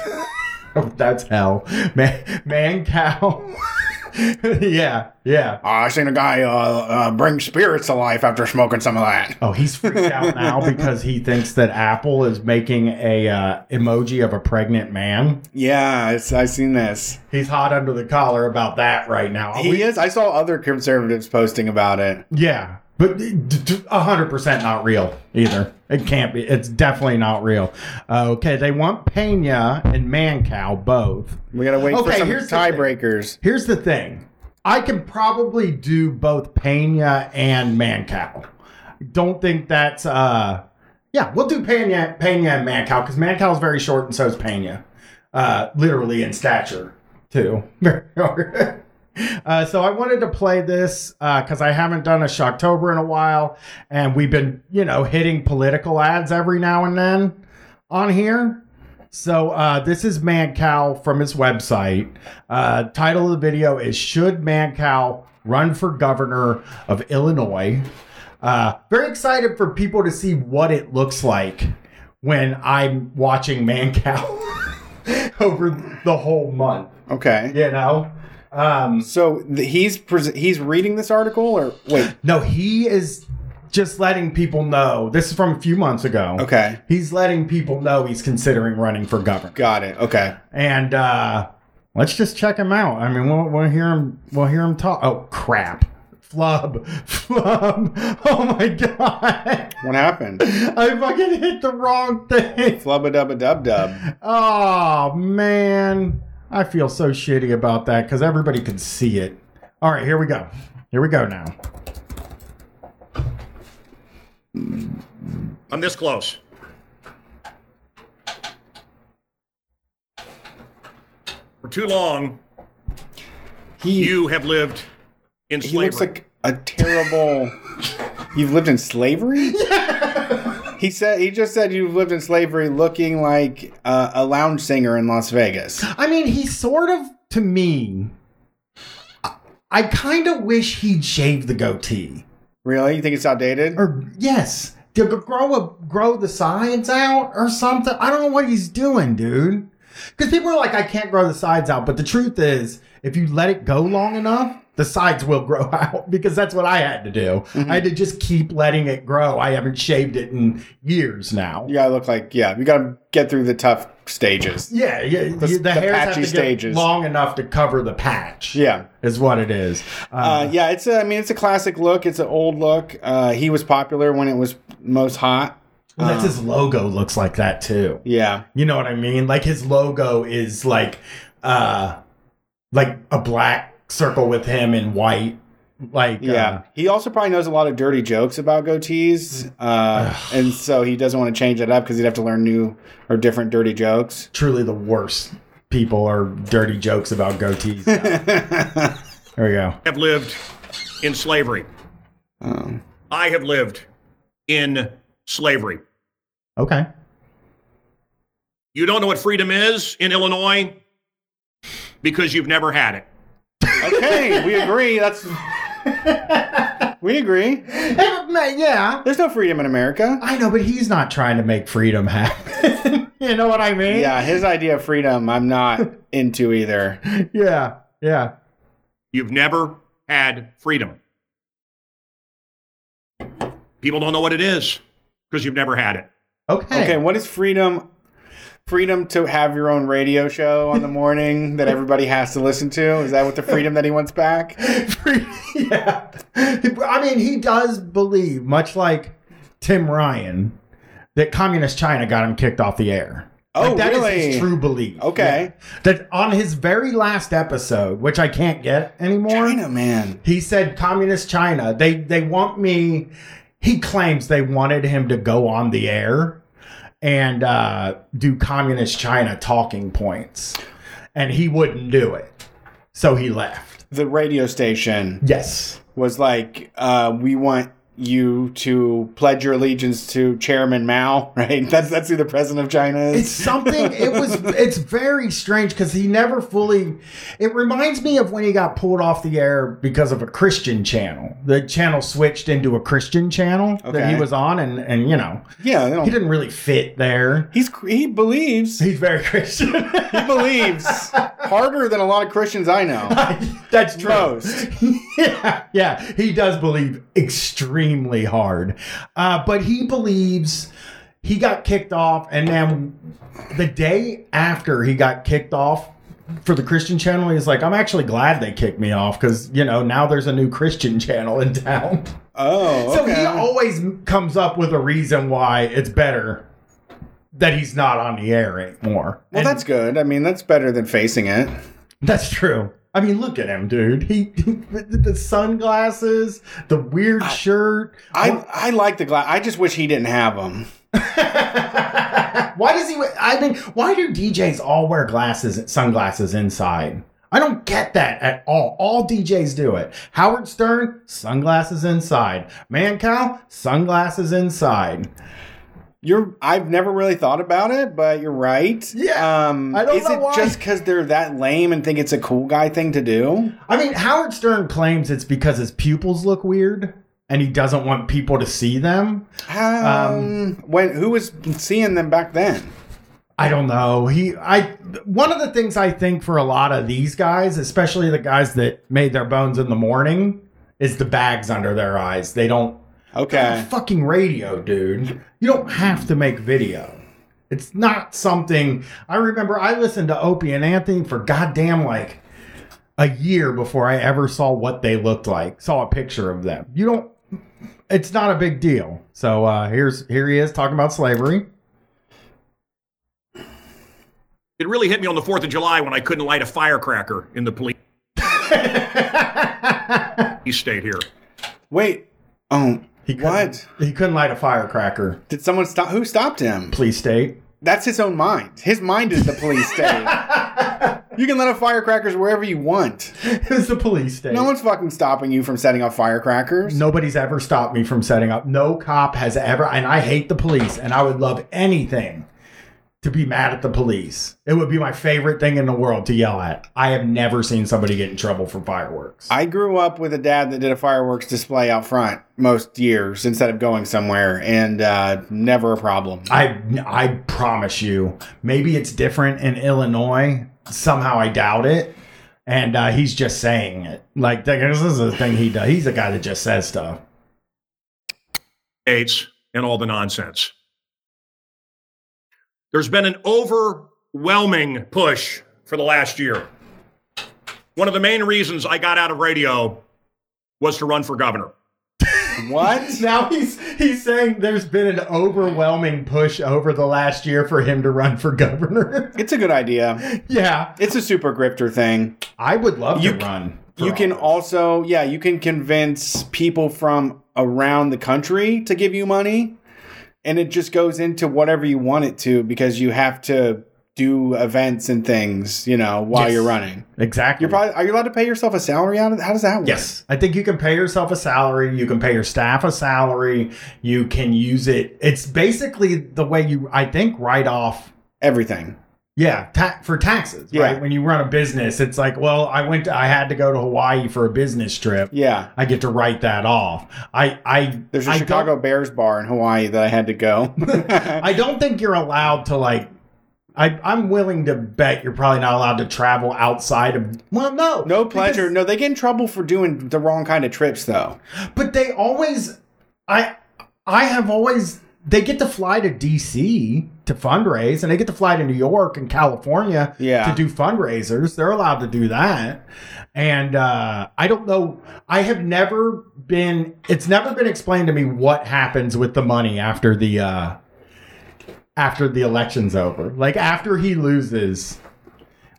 B: Oh, that's hell. Man, man cow. yeah, yeah.
A: Ah, I seen a guy uh, uh, bring spirits to life after smoking some of that.
B: Oh, he's freaked out now because he thinks that Apple is making a uh, emoji of a pregnant man.
A: Yeah, it's, I seen this.
B: He's hot under the collar about that right now.
A: He is. I saw other conservatives posting about it.
B: Yeah, but hundred percent not real either. It can't be. It's definitely not real. Uh, okay, they want Pena and Mancow both.
A: We gotta wait
B: Okay,
A: for some
B: here's the
A: tiebreakers.
B: Here's the thing: I can probably do both Pena and Mancow. Don't think that's. uh Yeah, we'll do Pena, Pena and Mancow because Mancow's very short and so is Pena, uh, literally in stature too. Uh, so I wanted to play this because I haven't done a Shocktober in a while, and we've been, you know, hitting political ads every now and then on here. So uh, this is Man Cow from his website. Uh, title of the video is "Should Man Cow Run for Governor of Illinois?" Uh, very excited for people to see what it looks like when I'm watching Man Cow over the whole month.
A: Okay.
B: You know. Um,
A: So th- he's pres- he's reading this article, or wait,
B: no, he is just letting people know. This is from a few months ago.
A: Okay.
B: He's letting people know he's considering running for governor.
A: Got it. Okay.
B: And uh let's just check him out. I mean, we'll, we'll hear him. We'll hear him talk. Oh crap! Flub, flub. Oh my god!
A: What happened?
B: I fucking hit the wrong thing.
A: Flubba dubba dub dub.
B: Oh man, I feel so shitty about that because everybody can see it. All right, here we go. Here we go now.
C: I'm this close. For too long,
A: He
C: you have lived in
A: he looks
C: slavery.
A: like a terrible. you've lived in slavery. He said he just said you've lived in slavery, looking like uh, a lounge singer in Las Vegas.
B: I mean, he sort of to me. I- I kind of wish he'd shaved the goatee.
A: Really? You think it's outdated?
B: or yes, to g- grow a grow the sides out or something. I don't know what he's doing, dude. Because people are like, I can't grow the sides out, but the truth is, if you let it go long enough, the sides will grow out. Because that's what I had to do.
A: Mm-hmm.
B: I had to just keep letting it grow. I haven't shaved it in years now.
A: You gotta look like yeah. You gotta get through the tough stages.
B: Yeah, yeah. The, the,
A: the
B: hairs have to
A: patchy
B: get
A: stages.
B: long enough to cover the patch.
A: Yeah.
B: is what it is.
A: Uh, yeah, it's a. I mean, it's a classic look. It's an old look. Uh, he was popular when it was most hot.
B: Well,
A: Uh.
B: that's his logo looks like that too.
A: Yeah,
B: You know what I mean? Like his logo is like uh like a black circle with him in white. Like
A: yeah.
B: uh,
A: he also probably knows a lot of dirty jokes about goatees, uh, and so he doesn't want to change it up because he'd have to learn new or different dirty jokes.
B: truly the worst people are dirty jokes about goatees. there we go.
C: have lived in slavery.
A: Um,
C: I have lived in slavery.
B: Okay.
C: You don't know what freedom is in Illinois because you've never had it.
A: okay, we agree. That's we agree.
B: Eh, man, Yeah.
A: There's no freedom in America.
B: I know, but he's not trying to make freedom happen. you know what I mean?
A: Yeah, his idea of freedom, I'm not into either.
B: Yeah. Yeah.
C: You've never had freedom. People don't know what it is because you've never had it.
B: Okay.
A: Okay, what is freedom? Freedom to have your own radio show on the morning that everybody has to listen to? Is that what the freedom that he wants back?
B: Free- yeah. I mean, he does believe, much like Tim Ryan, that communist China got him kicked off the air.
A: Oh,
B: like, that is
A: really?
B: his true belief.
A: Okay.
B: Yeah. That on his very last episode, which I can't get anymore,
A: China, man.
B: he said, "Communist China, they they want me." He claims they wanted him to go on the air and uh, do communist China talking points, and he wouldn't do it, so he left.
A: The radio station
B: Yes.
A: was like, uh, we want you to pledge your allegiance to Chairman Mao, right? That's that's who the president of China is.
B: It's something. It was. It's very strange because he never fully. It reminds me of when he got pulled off the air because of a Christian channel. The channel switched into a Christian channel that
A: Okay. Oh.
B: he was on, and and you know
A: yeah, they
B: he
A: don't,
B: didn't really fit there.
A: he's he believes
B: He's very Christian.
A: he believes harder than a lot of Christians I know.
B: That's true.
A: Most.
B: yeah, yeah, he does believe extremely hard, uh, but he believes he got kicked off, and then the day after he got kicked off for the Christian channel, he's like, "I'm actually glad they kicked me off because you know now there's a new Christian channel in town."
A: Oh,
B: So
A: okay.
B: he always comes up with a reason why it's better that he's not on the air anymore.
A: well,
B: And
A: that's good. I mean, that's better than facing it.
B: That's true. I mean, look at him, dude. He, the sunglasses, the weird shirt.
A: I, I like the glass. I just wish he didn't have them.
B: why does he? wear- I mean, why do DJs all wear glasses, sunglasses inside? I don't get that at all. All DJs do it. Howard Stern, sunglasses inside. Man Cow, sunglasses inside.
A: You're. I've never really thought about it, but you're right.
B: Yeah,
A: Um,
B: I don't
A: is
B: know
A: it
B: why.
A: just because they're that lame and think it's a cool guy thing to do?
B: I mean, Howard Stern claims it's because his pupils look weird and he doesn't want people to see them.
A: Um, when who was seeing them back then?
B: I don't know. He I one of the things I think for a lot of these guys, especially the guys that made their bones in the morning, is the bags under their eyes. They don't
A: Okay.
B: Fucking radio, dude. You don't have to make video. It's not something I remember. I listened to Opie and Anthony for goddamn like a year before I ever saw what they looked like, saw a picture of them. You don't. It's not a big deal. So uh, here's here he is talking about slavery.
C: It really hit me on the 4th of July when I couldn't light a firecracker in the police state here.
A: Wait. Oh,
B: He couldn't-
A: what?
B: He couldn't light a firecracker.
A: Did someone stop? Who stopped him?
B: Please state.
A: That's his own mind. His mind is the police state. you can let off firecrackers wherever you want.
B: it's the police state.
A: No one's fucking stopping you from setting off firecrackers.
B: Nobody's ever stopped me from setting up. No cop has ever, and I hate the police, and I would love anything to be mad at the police. It would be my favorite thing in the world to yell at. I have never seen somebody get in trouble for fireworks.
A: I grew up with a dad that did a fireworks display out front most years instead of going somewhere, and uh, never a problem.
B: I I promise you, maybe it's different in Illinois. Somehow I doubt it. And uh, he's just saying it. Like this is the thing he does. He's a guy that just says stuff.
C: States and all the nonsense. There's been an overwhelming push for the last year. One of the main reasons I got out of radio was to run for governor.
A: what?
B: Now he's he's saying there's been an overwhelming push over the last year for him to run for governor.
A: It's a good idea.
B: yeah,
A: It's a super grifter thing.
B: I would love
A: You
B: to
A: c-
B: run. for
A: You can
B: office.
A: also, yeah, you can convince people from around the country to give you money, and it just goes into whatever you want it to because you have to do events and things, you know, while
B: Yes.
A: you're running.
B: exactly.
A: You're probably are you allowed to pay yourself a salary out of how does that work?
B: Yes, I think you can pay yourself a salary. You can pay your staff a salary. You can use it. It's basically the way you, I think, write off.
A: Everything.
B: Yeah, ta- for taxes.
A: Yeah.
B: Right. When you run a business, it's like, well, I went, I had to go to Hawaii for a business trip.
A: Yeah.
B: I get to write that off. I, I,
A: There's a
B: I don't-
A: Chicago Bears bar in Hawaii that I had to go.
B: I don't think you're allowed to like. I, I'm willing to bet you're probably not allowed to travel outside of. Well, no,
A: no pleasure.
B: because-
A: no, they get in trouble for doing the wrong kind of trips though.
B: but they always. I I have always. They get to fly to DC to fundraise, and they get to fly to New York and California
A: Yeah.
B: to do fundraisers. They're allowed to do that, and uh, I don't know. I have never been. It's never been explained to me what happens with the money after the uh, after the election's over. Like after he loses,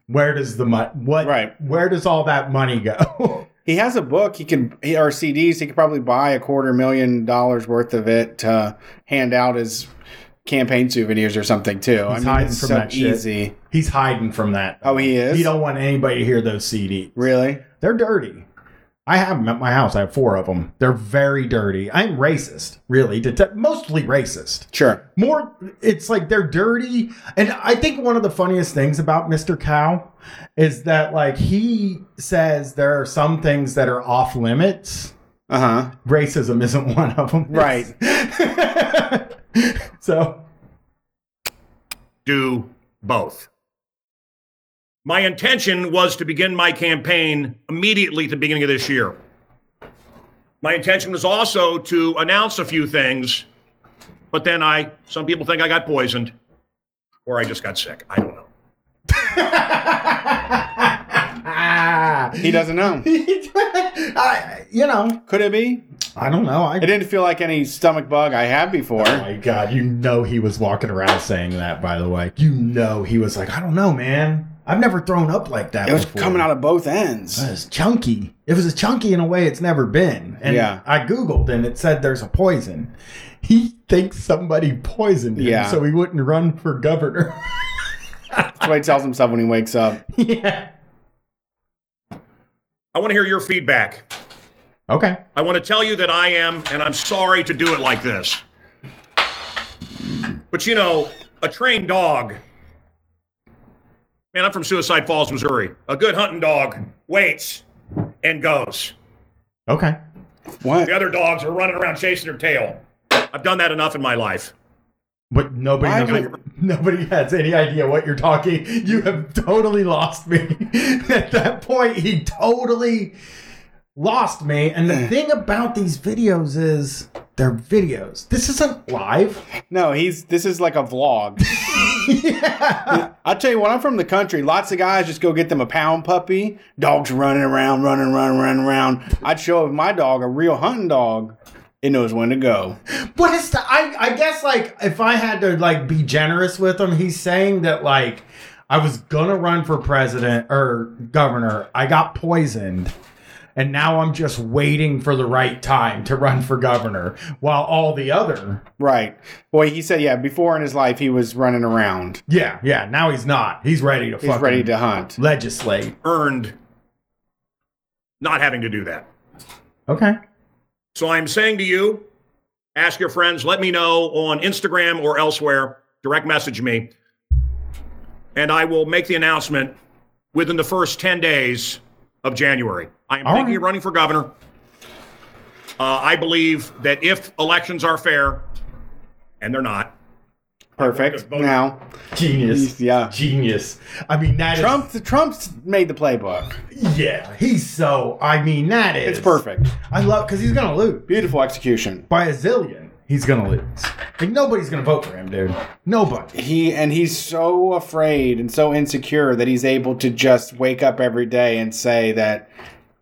B: where does the money? What?
A: Right.
B: Where does all that money go?
A: He has a book. He can he, or CDs. He could probably buy a quarter million dollars worth of it to hand out as campaign souvenirs or something too. I
B: He's
A: mean,
B: hiding
A: it's
B: from
A: so
B: that shit.
A: easy.
B: He's hiding from that.
A: Oh, he is?
B: He don't want anybody to hear those CDs.
A: Really?
B: They're dirty. I have them at my house. I have four of them. They're very dirty. I'm racist, really. To te- mostly racist.
A: Sure.
B: more it's like they're dirty and i think one of the funniest things about mr cow is that like he says there are some things that are off limits
A: Uh huh.
B: racism isn't one of them
A: Right.
B: so
C: do both. My intention was to begin my campaign immediately at the beginning of this year. My intention was also to announce a few things, but then I, some people think I got poisoned or I just got sick. I don't know.
A: He doesn't know.
B: I, you know
A: Could it be?
B: i don't know I,
A: It didn't feel like any stomach bug I had before.
B: Oh my god, you know he was walking around saying that, by the way. You know he was like, I don't know, man. I've never thrown up like that.
A: It was
B: before."
A: coming out of both ends.
B: That is chunky. It was a chunky in a way it's never been. And
A: Yeah.
B: I Googled and it said there's a poison. He thinks somebody poisoned him
A: Yeah.
B: so he wouldn't run for governor.
A: That's what he tells himself when he wakes up.
B: yeah.
C: I want to hear your feedback.
B: Okay.
C: I want to tell you that I am, and I'm sorry to do it like this. But you know, a trained dog. Man, I'm from Suicide Falls, Missouri. A good hunting dog waits and goes.
B: Okay.
A: What?
C: The other dogs are running around chasing their tail. I've done that enough in my life.
B: But nobody
A: Why
B: knows
A: do
B: what- nobody has any idea what you're talking. You have totally lost me. At that point, he totally lost me. And the thing about these videos is They're videos. This isn't live.
A: No, he's this is like a vlog. I tell you what, I'm from the country. Lots of guys just go get them a pound puppy. Dogs running around, running, running, running around. I'd show my dog a real hunting dog. It knows when to go.
B: What is the? I I guess like if I had to like be generous with him, he's saying that like I was gonna run for president or governor. I got poisoned. And now I'm just waiting for the right time to run for governor, while all the other,
A: Right. Boy, he said, yeah. Before in his life, he was running around.
B: yeah, yeah, now he's not. He's ready to
A: He's
B: fucking
A: ready to hunt.
B: legislate.
C: earned not having to do that.
B: Okay,
C: So I'm saying to you, ask your friends, let me know on Instagram or elsewhere, direct message me, and I will make the announcement within the first 10 days of January. I am
B: All
C: thinking
B: right.
C: of running for governor. Uh, I believe that if elections are fair, and they're not,
A: Perfect. Now,
B: genius,
A: Yeah.
B: genius. I mean that is
A: Trump, Trump's made the playbook.
B: Yeah, he's so. I mean, that is.
A: It's perfect.
B: I love because he's gonna lose
A: Beautiful execution.
B: by a zillion. He's gonna lose. Like nobody's gonna vote for him, dude. Nobody.
A: He and he's so afraid and so insecure that he's able to just wake up every day and say that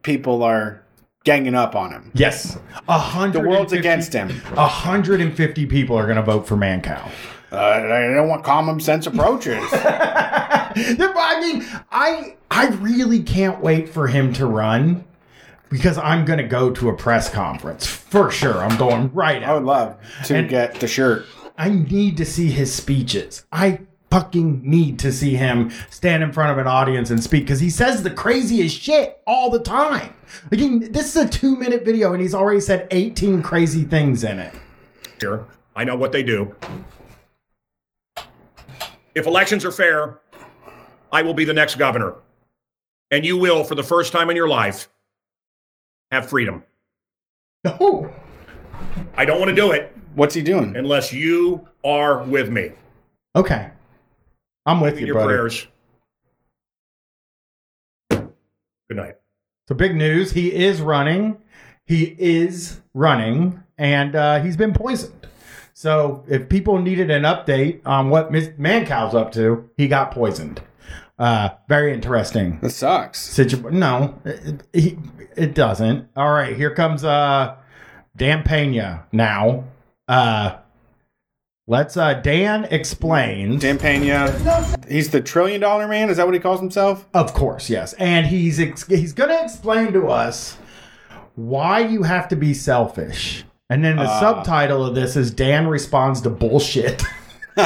A: people are ganging up on him.
B: Yes, a hundred.
A: The world's against him.
B: A hundred and fifty people are gonna vote for Mancow.
A: Uh, I don't want common sense approaches.
B: I mean, I I really can't wait for him to run because I'm gonna go to a press conference for sure. I'm going right
A: I
B: out.
A: would love to
B: And-
A: get the shirt.
B: I need to see his speeches. I fucking need to see him stand in front of an audience and speak because he says the craziest shit all the time. Like he, this is a two minute video and he's already said 18 crazy things in it.
C: Sure. I know what they do. If elections are fair, I will be the next governor. And you will, for the first time in your life, have freedom.
B: No.
C: I don't want to do it
A: What's he doing?
C: unless you are with me
B: Okay. I'm with
C: in
B: you,
C: your
B: brother.
C: prayers. Good night.
B: So big news. He is running. He is running, and uh, he's been poisoned. So if people needed an update on what Miss Mancow's up to, he got poisoned. Uh, very interesting.
A: That sucks.
B: Situ- no, it, it, it doesn't. All right, here comes uh, Dan Pena now. Uh, let's uh, Dan explains.
A: Dan Pena, he's the trillion dollar man. Is that what he calls himself?
B: Of course, yes. And he's ex- he's going to explain to us why you have to be selfish. And then the subtitle of this is Dan responds to bullshit.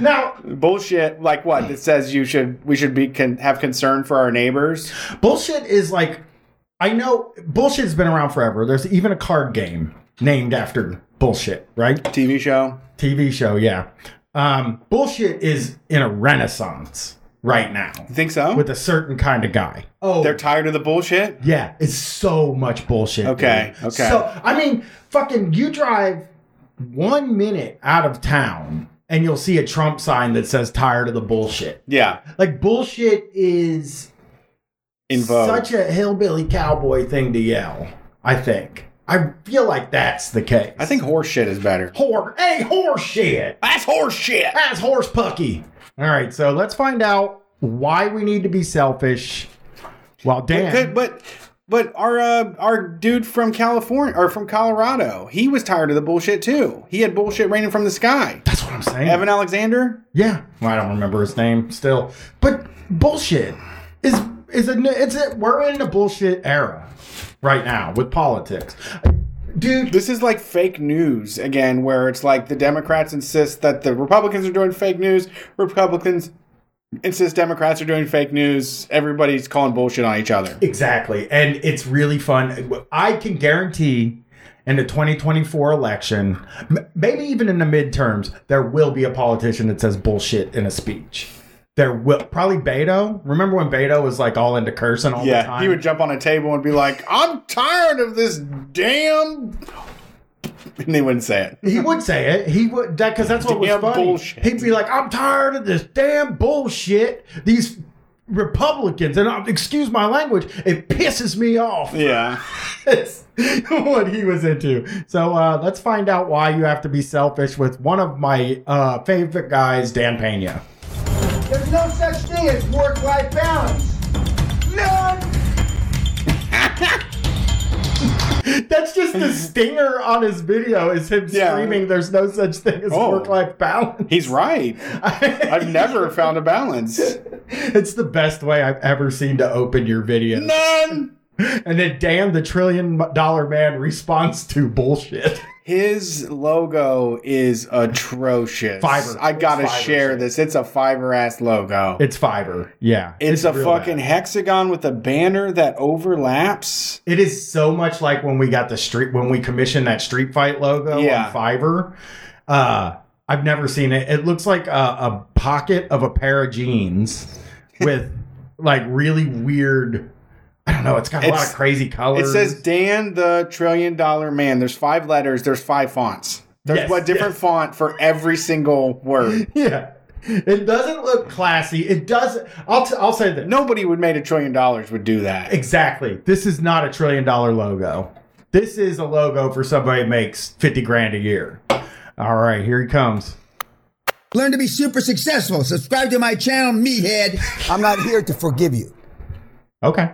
B: now,
A: Bullshit. Like what? That says you should we should be can have concern for our neighbors.
B: bullshit is like I know bullshit's been around forever. There's even a card game named after bullshit, right?
A: TV show.
B: TV show, yeah. Um, bullshit is in a renaissance right now
A: You think so?
B: with a certain kind of guy. Oh,
A: They're tired of the bullshit.
B: Yeah, it's so much bullshit.
A: Okay,
B: dude.
A: okay.
B: So I mean, fucking, you drive one minute out of town and you'll see a Trump sign that says "tired of the bullshit."
A: Yeah,
B: Like bullshit is
A: in vogue.
B: such a hillbilly cowboy thing to yell. I think. I feel like that's the case.
A: I think horse shit is better.
B: whore. Hey, horse shit.
A: That's horse shit.
B: That's horse pucky. All right, so let's find out why we need to be selfish. While Dan,
A: But, but but our uh, our dude from California or from Colorado, he was tired of the bullshit too. He had bullshit raining from the sky.
B: that's what I'm saying.
A: Evan Alexander.
B: Yeah, well, I don't remember his name still, but bullshit is is a it's a, we're in a bullshit era right now with politics, dude.
A: This is like fake news again, where it's like the Democrats insist that the Republicans are doing fake news. Republicans insist Democrats are doing fake news. Everybody's calling bullshit on each other.
B: Exactly, and it's really fun. I can guarantee in the 2024 election, m- maybe even in the midterms, there will be a politician that says bullshit in a speech. There will probably Beto. Remember when Beto was like all into cursing all the
A: Yeah,
B: time?
A: he would jump on a table and be like, "I'm tired of this damn," and they wouldn't say it.
B: He would say it. He would that because that's what
A: Damn
B: was funny.
A: bullshit.
B: He'd be like, "I'm tired of this damn bullshit. uh, These Republicans, and I, excuse my language, it pisses me off."
A: Yeah.
B: is what he was into. So uh, let's find out why you have to be selfish with one of my uh, favorite guys, Dan Pena.
F: There's no such thing as work-life balance. None.
B: That's just the stinger on his video is him
A: Yeah.
B: screaming, "There's no such thing as
A: Oh.
B: work-life balance."
A: He's right. I've never found a balance.
B: it's the best way I've ever seen to open your video.
A: None.
B: And then Dan, the trillion dollar man, responds to bullshit.
A: His logo is atrocious.
B: Fiverr.
A: I gotta
B: It's Fiverr.
A: share this. It's a fiber ass logo.
B: It's Fiverr. Yeah.
A: It's, a
B: real
A: fucking
B: bad.
A: hexagon with a banner that overlaps.
B: It is so much like when we got the street when we commissioned that Street Fight logo
A: Yeah.
B: on Fiverr. Uh, I've never seen it. It looks like a, a pocket of a pair of jeans with like really weird. I don't know. It's got a lot
A: It's-
B: of crazy
A: It
B: colors.
A: says Dan the Trillion Dollar Man. There's five letters, there's five fonts. There's
B: Yes,
A: a different font for every single word.
B: yeah. It doesn't look classy. It doesn't. I'll t- I'll say that.
A: Nobody would made a trillion dollars would do that.
B: Exactly. This is not a trillion dollar logo. This is a logo for somebody who makes 50 grand a year. All right, here he comes.
F: Learn to be super successful. Subscribe to my channel, meathead. I'm not here to forgive you.
B: Okay.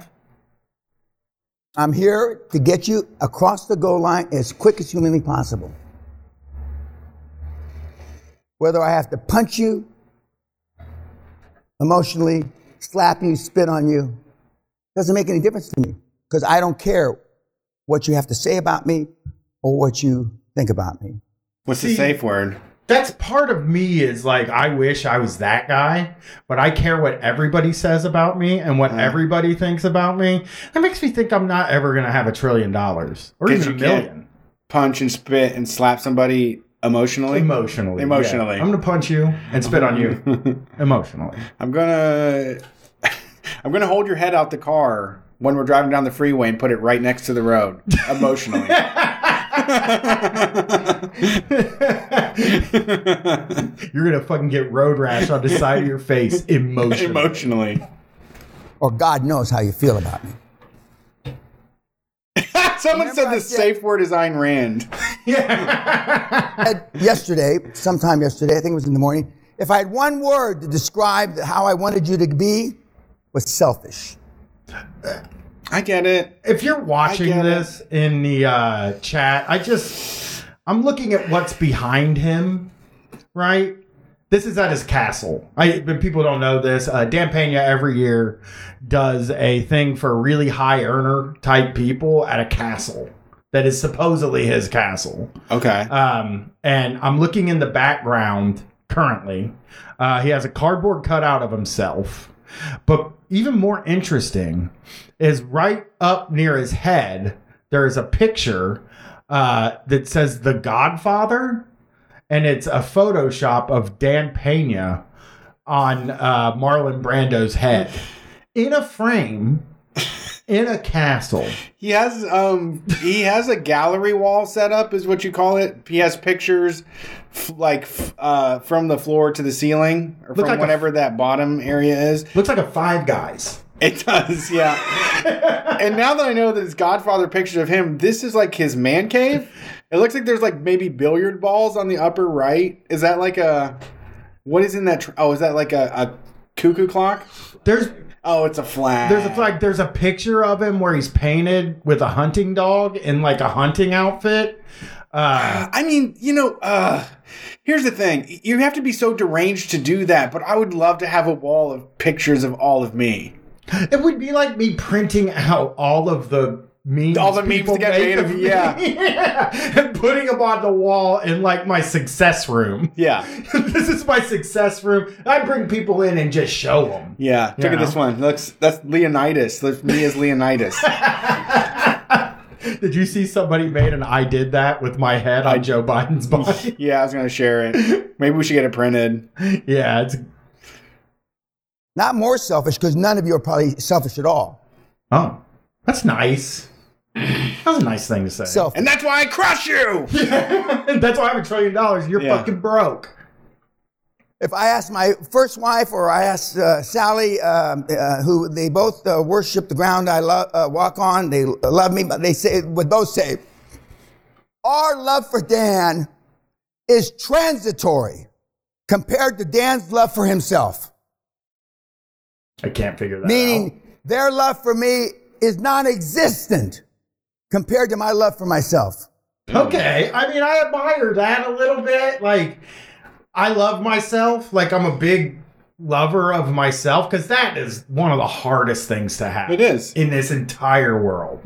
F: I'm here to get you across the goal line as quick as humanly possible. Whether I have to punch you emotionally, slap you, spit on you, doesn't make any difference to me because I don't care what you have to say about me or what you think about me.
A: What's the
B: See-
A: safe word?
B: That's part of me is like, I wish I was that guy, but I care what everybody says about me and
A: Mm-hmm.
B: what everybody thinks about me. That makes me think I'm not ever going to have a trillion dollars or
A: 'Cause
B: even a
A: you can't.
B: million
A: Punch and spit and slap somebody emotionally.
B: emotionally.
A: Emotionally.
B: yeah. I'm going to punch you and spit on you emotionally.
A: I'm gonna I'm gonna hold your head out the car when we're driving down the freeway and put it right next to the road. Emotionally.
B: You're going to fucking get road rash on the side of your face emotionally.
A: Emotionally.
F: Or God knows how you feel about me.
A: Someone said the safe word is Ayn Rand.
F: said yesterday, sometime yesterday, I think it was in the morning, if I had one word to describe how I wanted you to be, was selfish.
A: I get it.
B: if you're watching
A: get it.
B: this in the uh, chat, I just I'm looking at what's behind him, right? This is at his castle. I but people don't know this. Uh, Dan Pena every year does a thing for really high earner type people at a castle that is supposedly his castle.
A: Okay.
B: Um, and I'm looking in the background currently. Uh, he has a cardboard cutout of himself. But even more interesting is right up near his head, there is a picture uh, that says The Godfather. And it's a Photoshop of Dan Pena on uh, Marlon Brando's head in a frame in a castle.
A: He has um he has a gallery wall set up is what you call it. He has pictures f- like f- uh from the floor to the ceiling or from
B: like a-
A: whatever that bottom area is.
B: Looks like a Five Guys.
A: It does, yeah. and now that I know that it's Godfather pictures of him, this is like his man cave. It looks like there's like maybe billiard balls on the upper right. Is that like a what is in that? Tr- oh, is that like a, a cuckoo clock?
B: There's
A: Oh, it's a flag.
B: There's a, like there's a picture of him where he's painted with a hunting dog in like a hunting outfit. Uh,
A: I mean, you know, uh, here's the thing. You have to be so deranged to do that, but I would love to have a wall of pictures of all of me.
B: it would be like me printing out all of the memes,
A: All the memes
B: people
A: to get
B: make
A: made of-
B: me,
A: yeah.
B: yeah, and putting them on the wall in like my success room.
A: Yeah.
B: this is my success room. I bring people in and just show them.
A: Yeah. Look
B: Yeah.
A: at this one. Looks that's Leonidas. That's me as Leonidas.
B: Did you see somebody made an I did that with my head on Joe Biden's body?
A: yeah, I was gonna share it. Maybe we should get it printed.
B: yeah, it's
F: Not more selfish, because none of you are probably selfish at all.
B: oh, that's nice. That's a nice thing to say.
F: Selfish.
A: And that's why I crush you.
B: That's why I have a trillion dollars. You're
A: Yeah.
B: fucking broke.
F: if I asked my first wife or I asked uh, Sally, um, uh, who they both uh, worship the ground I lo- uh, walk on, they love me, but they say would both say, our love for Dan is transitory compared to Dan's love for himself.
B: I can't figure that out.
F: Meaning, their love for me is non-existent compared to my love for myself.
B: Okay. I mean, I admire that a little bit. Like, I love myself. Like, I'm a big lover of myself because that is one of the hardest things to have.
A: It is.
B: In this entire world.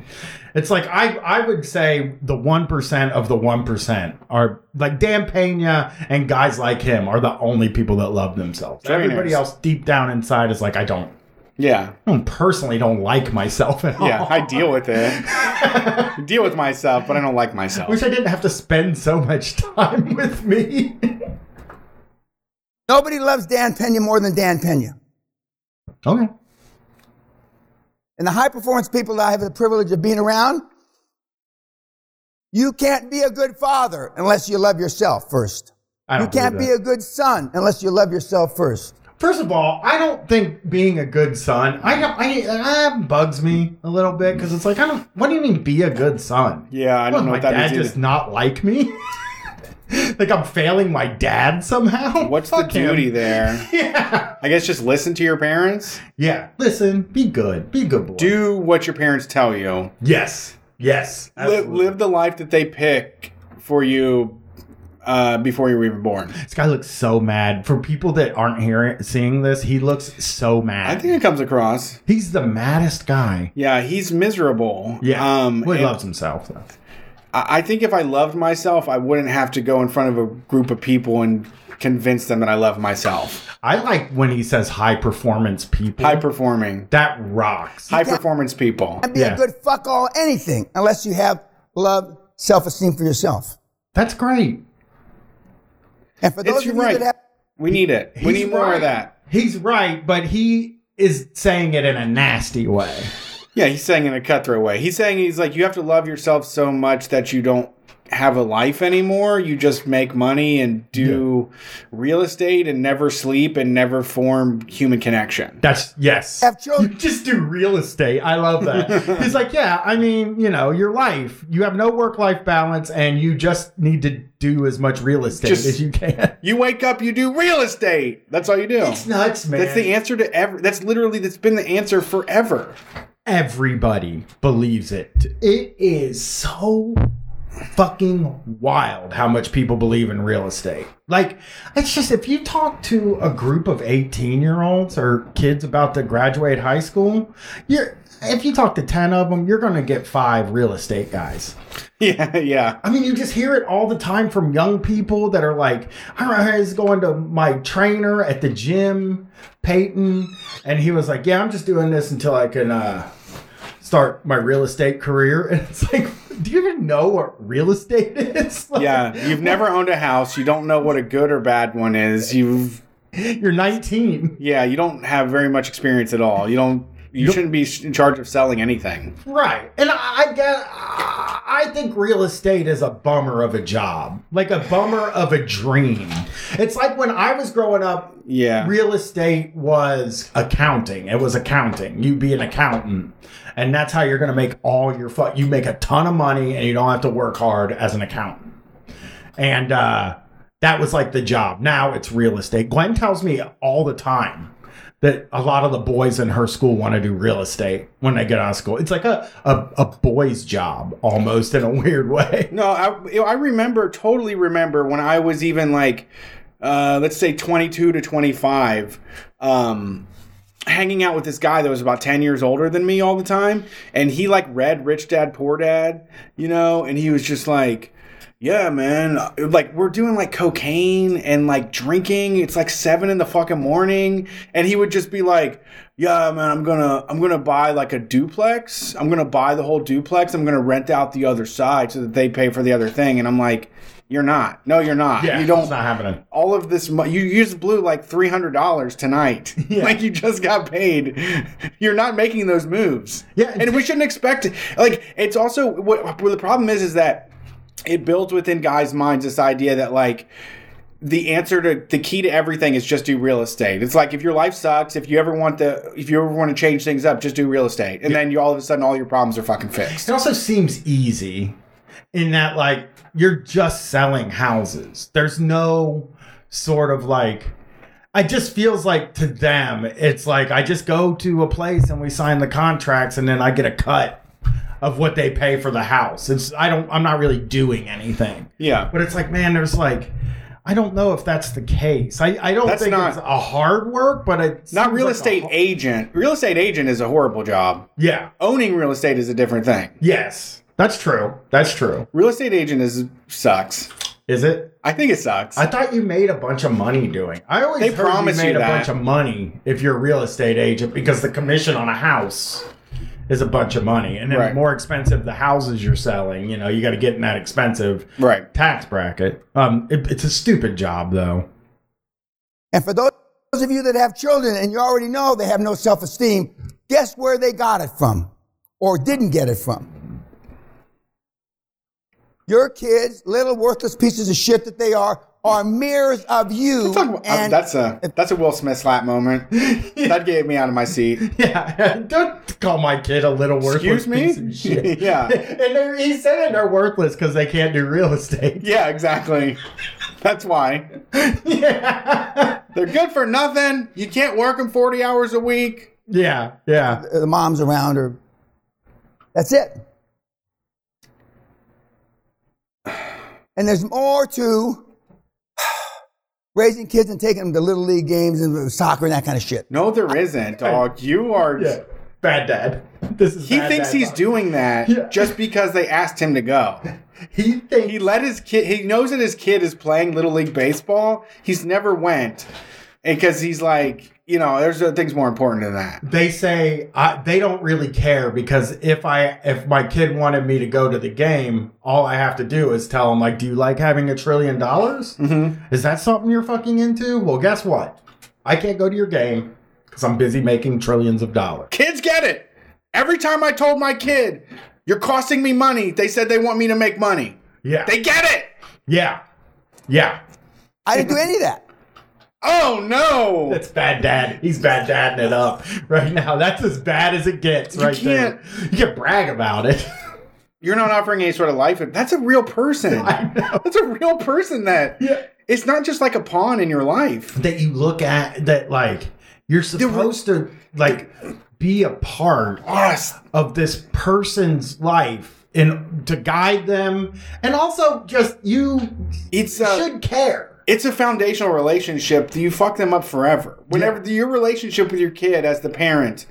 B: It's like, I, I would say the 1% of the 1% are like Dan Pena and guys like him are the only people that love themselves.
A: Very nice.
B: Everybody else deep down inside is like, I don't.
A: Yeah.
B: I don't personally don't like myself at all.
A: Yeah. I deal with it. deal with myself, but I don't like myself.
B: Wish I didn't have to spend so much time with me.
F: Nobody loves Dan Pena more than Dan Pena.
B: okay.
F: and the high performance people that I have the privilege of being around, you can't be a good father unless you love yourself first.
B: I
F: You
B: don't
F: can't be
B: believe
F: a good son unless you love yourself first.
B: that. First of all, I don't think being a good son. I don't. I that bugs me a little bit because it's like I don't. What do you mean be a good son?
A: Yeah, I don't know
B: my
A: what that
B: dad
A: means
B: just
A: either.
B: not like me. like I'm failing my dad somehow.
A: What's the
B: Fuck him.
A: duty there?
B: Yeah.
A: I guess just listen to your parents.
B: Yeah. Listen. Be good. Be a good boy.
A: Do what your parents tell you.
B: Yes. Yes.
A: Li-
B: absolutely.
A: live the life that they pick for you uh, before you were even born.
B: This guy looks so mad. For people that aren't hearing, seeing this, he looks so
A: I
B: mad.
A: think it comes across.
B: He's the maddest guy.
A: Yeah, he's miserable.
B: Yeah.
A: Um,
B: well, he
A: and
B: loves himself, though.
A: I I think if I loved myself, I wouldn't have to go in front of a group of people and convince them that I love myself.
B: I like when he says high performance people.
A: High performing,
B: that rocks.
A: high performance people.
F: And be
B: Yeah.
F: a good fuck all anything unless you have love, self esteem for yourself.
B: That's great.
F: And for those
A: It's
F: of you
A: you're right.
F: that have,
A: We need it. We
B: He's
A: need more
B: right.
A: of that.
B: He's right, but he is saying it in a nasty way.
A: Yeah, he's saying in a cutthroat way. He's saying he's like you have to love yourself so much that you don't have a life anymore. You just make money and do real estate and never sleep and never form human connection.
B: That's yes.
F: have
B: You
F: children,
B: just do real estate. I love that. He's like, yeah, I mean, you know, your life, you have no work life balance and you just need to do as much real estate
A: Just-
B: as you can.
A: You wake up, you do real estate. That's all you do.
B: It's nuts, man.
A: That's the answer to every. That's literally that's been the answer forever.
B: everybody believes it. It is so fucking wild how much people believe in real estate. Like, it's just if you talk to a group of 18 year olds or kids about to graduate high school, you're if you talk to 10 of them, you're going to get five real estate guys.
A: Yeah, yeah.
B: I mean, you just hear it all the time from young people that are like, I was going to my trainer at the gym, Peyton, and he was like, Yeah, I'm just doing this until I can uh, start my real estate career. And it's like, Do you even know what real estate is? Like,
A: Yeah, you've never owned a house. You don't know what a good or bad one is. You've
B: You're 19.
A: yeah, you don't have very much experience at all. You don't. You shouldn't be in charge of selling anything.
B: Right. And I, I get. I think real estate is a bummer of a job, like a bummer of a dream. It's like when I was growing up,
A: Yeah,
B: real estate was accounting. It was accounting. You be an accountant, and that's how you're going to make all your fu- You make a ton of money, and you don't have to work hard as an accountant. And uh, that was like the job. Now it's real estate. Glenn tells me all the time that a lot of the boys in her school want to do real estate when they get out of school. It's like a a, a boy's job almost in a weird way.
A: No, I, you know, I remember, totally remember when I was even like, uh, let's say 22 to 25, um, hanging out with this guy that was about 10 years older than me all the time. And he like read Rich Dad, Poor Dad, you know, and he was just like, yeah, man. uh, Like we're doing like cocaine and like drinking. It's like seven in the fucking morning, and he would just be like, "Yeah, man, I'm gonna I'm gonna buy like a duplex. I'm gonna buy the whole duplex. I'm gonna rent out the other side so that they pay for the other thing." And I'm like, "You're not. No, you're not. you
B: it's
A: don't.
B: not happening.
A: All of this. Mo- you you just blew like three hundred dollars tonight. Like you just got paid. You're not making those moves.
B: Yeah.
A: and we shouldn't expect. Like it's also what, what the problem is is that." it builds within guys' minds this idea that like the answer to the key to everything is just do real estate. It's like if your life sucks, if you ever want to, if you ever want to change things up, just do real estate, and then you all of a sudden all your problems are fucking fixed.
B: It also seems easy in that like you're just selling houses. There's no sort of like I just feels like to them it's like I just go to a place and we sign the contracts and then I get a cut of what they pay for the house. It's I don't I'm not really doing anything.
A: Yeah.
B: But it's like man there's like I don't know if that's the case. I, I don't
A: That's
B: think
A: not-
B: it's a hard work, but it's
A: Not real estate agent. Real estate agent is a horrible job.
B: yeah.
A: Owning real estate is a different thing.
B: Yes. That's true. That's true.
A: Real estate agent is sucks.
B: Is it?
A: I think it sucks.
B: I thought you made a bunch of money doing. I always
A: They
B: heard
A: promise
B: you made
A: you
B: a
A: that.
B: bunch of money if you're a real estate agent because the commission on a house is a bunch of money, and then
A: Right.
B: the more expensive the houses you're selling, you know, you got to get in that expensive
A: right.
B: tax bracket. Um, it, it's a stupid job though.
F: And for those of you that have children and you already know they have no self esteem, guess where they got it from or didn't get it from? Your kids, little worthless pieces of shit that they are, are mirrors of you.
A: Fuck, uh,
F: and
A: that's a that's a Will Smith slap moment. That gave me out of my seat.
B: Yeah, don't call my kid a little worthless
A: Excuse me?
B: piece of shit.
A: Yeah.
B: and they're, he's saying they're worthless because they can't do real estate.
A: Yeah, exactly. That's why
B: yeah,
A: they're good for nothing. You can't work them forty hours a week.
B: yeah, yeah.
F: uh, the moms around her. That's it. And there's more to raising kids and taking them to little league games and soccer and that kind of shit.
A: No, there isn't, dog. You are.
B: Yeah. Bad dad. This is
A: He
B: bad
A: thinks
B: dad
A: he's
B: talk.
A: doing that
B: Yeah.
A: just because they asked him to go.
B: He thinks
A: He let his kid. He knows that his kid is playing little league baseball. He's never went, because he's like, you know, there's uh, things more important than that.
B: they say I, they don't really care because if I if my kid wanted me to go to the game, all I have to do is tell him like, "Do you like having a trillion dollars? Is that something you're fucking into?" Well, guess what? I can't go to your game because I'm busy making trillions of dollars.
A: Kids get it. Every time I told my kid, "You're costing me money," they said they want me to make money.
B: Yeah,
A: They get it.
B: yeah, yeah.
F: I didn't do any of that.
A: Oh no!
B: That's bad dad. He's bad dadding it up right now. That's as bad as it gets right
A: can't-
B: there. You can brag about it.
A: You're not offering any sort of life. That's a real person.
B: I know.
A: That's a real person. That
B: Yeah.
A: it's not just like a pawn in your life.
B: that you look at that like you're supposed to like be a part
A: Yes.
B: of this person's life and to guide them and also just you
A: It's a
B: should care
A: it's a foundational relationship. that You fuck them up forever. Whenever your relationship with your kid as the parent.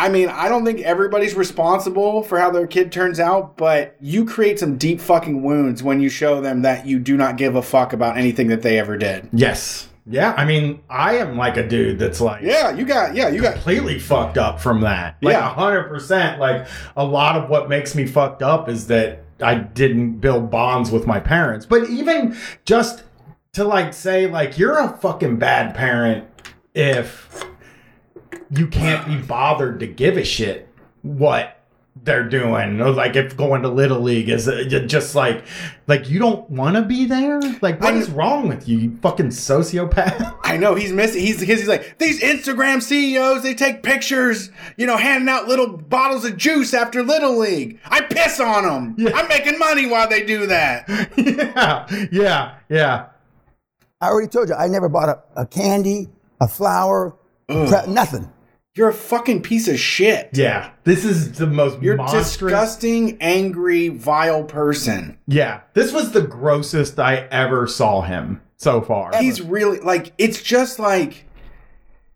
A: I mean, I don't think everybody's responsible for how their kid turns out, but you create some deep fucking wounds when you show them that you do not give a fuck about anything that they ever did.
B: yes yeah i mean i am like a dude that's like
A: Yeah, you got yeah, you got
B: completely fucked up from that like
A: Yeah.
B: a 100% like a lot of what makes me fucked up is that i didn't build bonds with my parents but even just to like say like you're a fucking bad parent if you can't be bothered to give a shit what they're doing or like if going to little league is uh, j- just like like you don't want to be there like what
A: I-
B: is wrong with you you fucking sociopath
A: I know he's missing. He's he's like these Instagram CEOs. They take pictures, you know, handing out little bottles of juice after Little League. I piss on them. I'm making money while they do that.
B: yeah yeah yeah
F: I already told you, I never bought a, a candy, a flower, pre- nothing.
A: You're a fucking piece of shit.
B: Yeah, this is the most
A: You're
B: monstrous.
A: disgusting, angry, vile person.
B: yeah, this was the grossest I ever saw him so far.
A: He's really like it's just like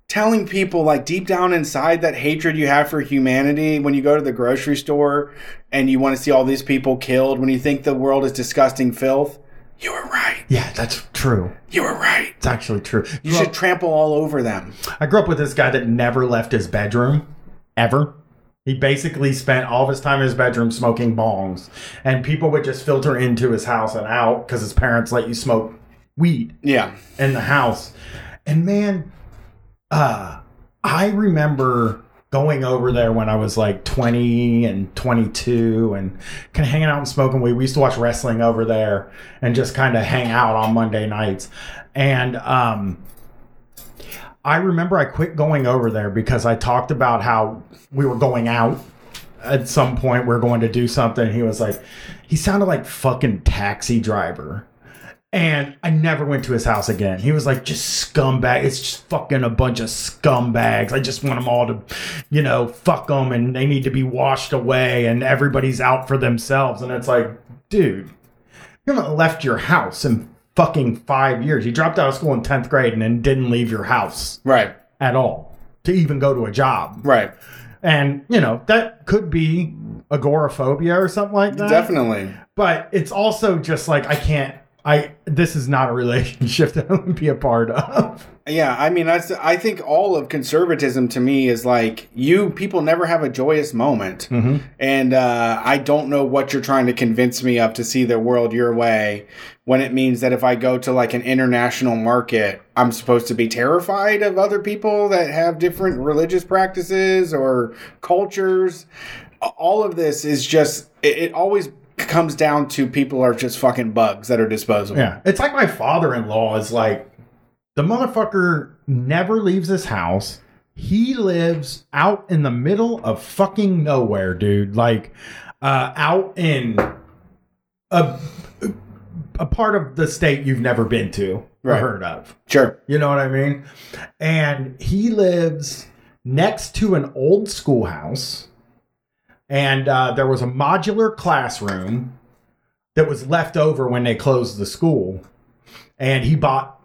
A: telling people like deep down inside that hatred you have for humanity when you go to the grocery store and you want to see all these people killed when you think the world is disgusting filth. You were right.
B: yeah, that's true.
A: You were right.
B: It's actually true.
A: You should trample all over them.
B: I grew up with this guy that never left his bedroom ever. He basically spent all of his time in his bedroom smoking bongs, and people would just filter into his house and out because his parents let you smoke weed.
A: Yeah.
B: in the house. And man, uh, I remember going over there when I was like 20 and 22 and kind of hanging out and smoking weed. We used to watch wrestling over there and just kind of hang out on Monday nights. And um, I remember I quit going over there because I talked about how we were going out at some point. We are going to do something. He was like, he sounded like fucking taxi driver. And I never went to his house again. He was like, just scumbag. It's just fucking a bunch of scumbags. I just want them all to, you know, fuck them and they need to be washed away and everybody's out for themselves. And it's like, dude, you haven't left your house in fucking five years. You dropped out of school in 10th grade and then didn't leave your house
A: Right.
B: at all to even go to a job.
A: Right.
B: And, you know, that could be agoraphobia or something like that
A: Definitely.
B: but it's also just like I can't. I this is not a relationship that I would be a part of.
A: Yeah, I mean, that's, I think all of conservatism to me is like you people never have a joyous moment, and uh, I don't know what you're trying to convince me of to see the world your way. When it means that if I go to like an international market, I'm supposed to be terrified of other people that have different religious practices or cultures. All of this is just it, it always comes down to people are just fucking bugs that are disposable.
B: Yeah, it's like my father-in-law is like the motherfucker never leaves his house. He lives out in the middle of fucking nowhere, dude. Like uh, out in a a part of the state you've never been to or
A: Right.
B: heard of.
A: Sure.
B: You know what I mean? And he lives next to an old schoolhouse, and uh, there was a modular classroom that was left over when they closed the school, and he bought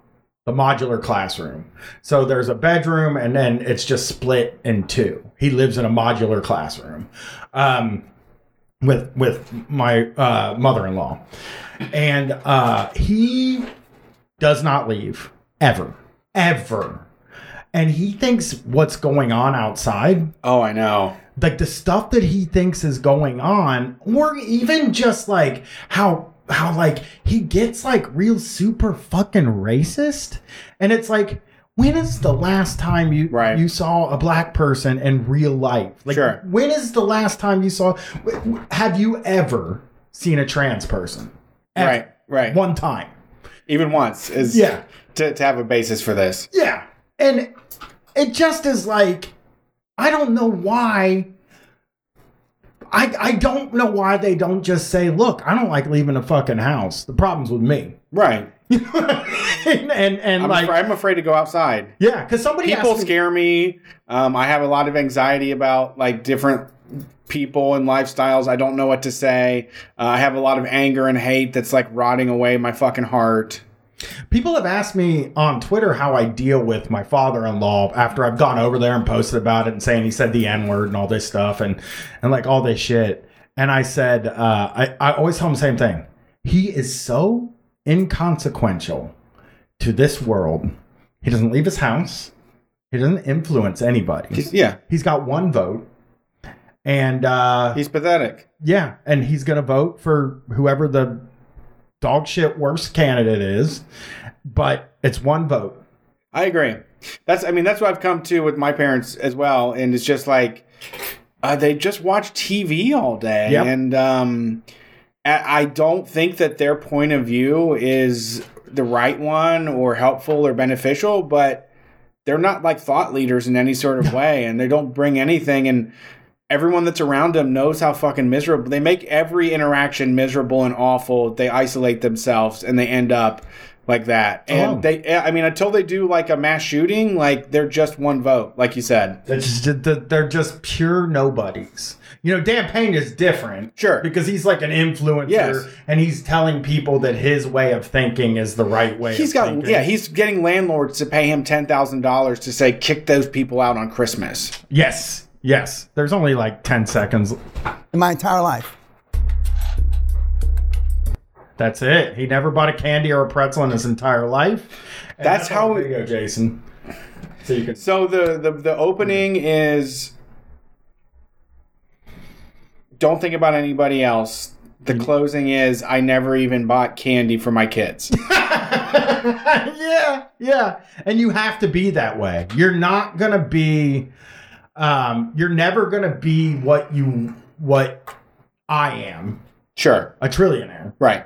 B: the modular classroom. So there's a bedroom, and then it's just split in two. He lives in a modular classroom. Um, with with my uh, mother-in-law, and uh, he does not leave ever, ever. And he thinks what's going on outside,
A: Oh, I know.
B: like the stuff that he thinks is going on, or even just like how how like he gets like real super fucking racist, and it's like. When is the last time you
A: Right.
B: you saw a black person in real life? Like,
A: Sure.
B: when is the last time you saw? w- w- Have you ever seen a trans person? Ever.
A: Right. Right.
B: One time.
A: even once is
B: Yeah.
A: to, to have a basis for this
B: Yeah. And it just is like I don't know why I I don't know why they don't just say, "Look, I don't like leaving the fucking house. The problem's with me."
A: right
B: and and, and,
A: I'm,
B: like
A: afraid, I'm afraid to go outside
B: yeah, cuz somebody
A: people
B: asked me-
A: scare me um, i have a lot of anxiety about like different people and lifestyles i don't know what to say uh, i have a lot of anger and hate that's like rotting away my fucking heart
B: People have asked me on Twitter how I deal with my father-in-law after I've gone over there and posted about it and saying he said the n-word and all this stuff and and like all this shit. And I said, uh, I I always tell him the same thing. He is so inconsequential to this world. He doesn't leave his house. He doesn't influence anybody.
A: He's- yeah
B: He's got one vote, and uh,
A: he's pathetic
B: yeah, and he's going to vote for whoever the dog shit worst candidate is, but it's one vote.
A: i agree that's i mean that's what i've come to with my parents as well and it's just like uh, they just watch tv all day
B: Yep.
A: and um I I don't think that their point of view is the right one or helpful or beneficial, but they're not like thought leaders in any sort of way and they don't bring anything and everyone that's around them knows how fucking miserable they make every interaction miserable and awful. They isolate themselves and they end up like that. And
B: Oh.
A: they I mean until they do like a mass shooting, like they're just one vote, like you said.
B: They're just, they're- they're just pure nobodies. You know, Dan Payne is different.
A: Sure.
B: Because he's like an influencer
A: Yes.
B: and he's telling people that his way of thinking is the right way.
A: He's
B: of
A: got
B: thinking.
A: yeah, he's getting landlords to pay him ten thousand dollars to say kick those people out on Christmas.
B: Yes. Yes. There's only like 10 seconds.
F: in my entire life.
B: That's it. He never bought a candy or a pretzel in his entire life. And
A: That's
B: on
A: how-
B: video, Jason. So you can
A: So the the, the opening
B: Mm-hmm.
A: is don't think about anybody else. The
B: Mm-hmm.
A: closing is I never even bought candy for my kids.
B: yeah, yeah. And you have to be that way. You're not going to be um, you're never gonna be what you what I am,
A: Sure.
B: a trillionaire.
A: Right.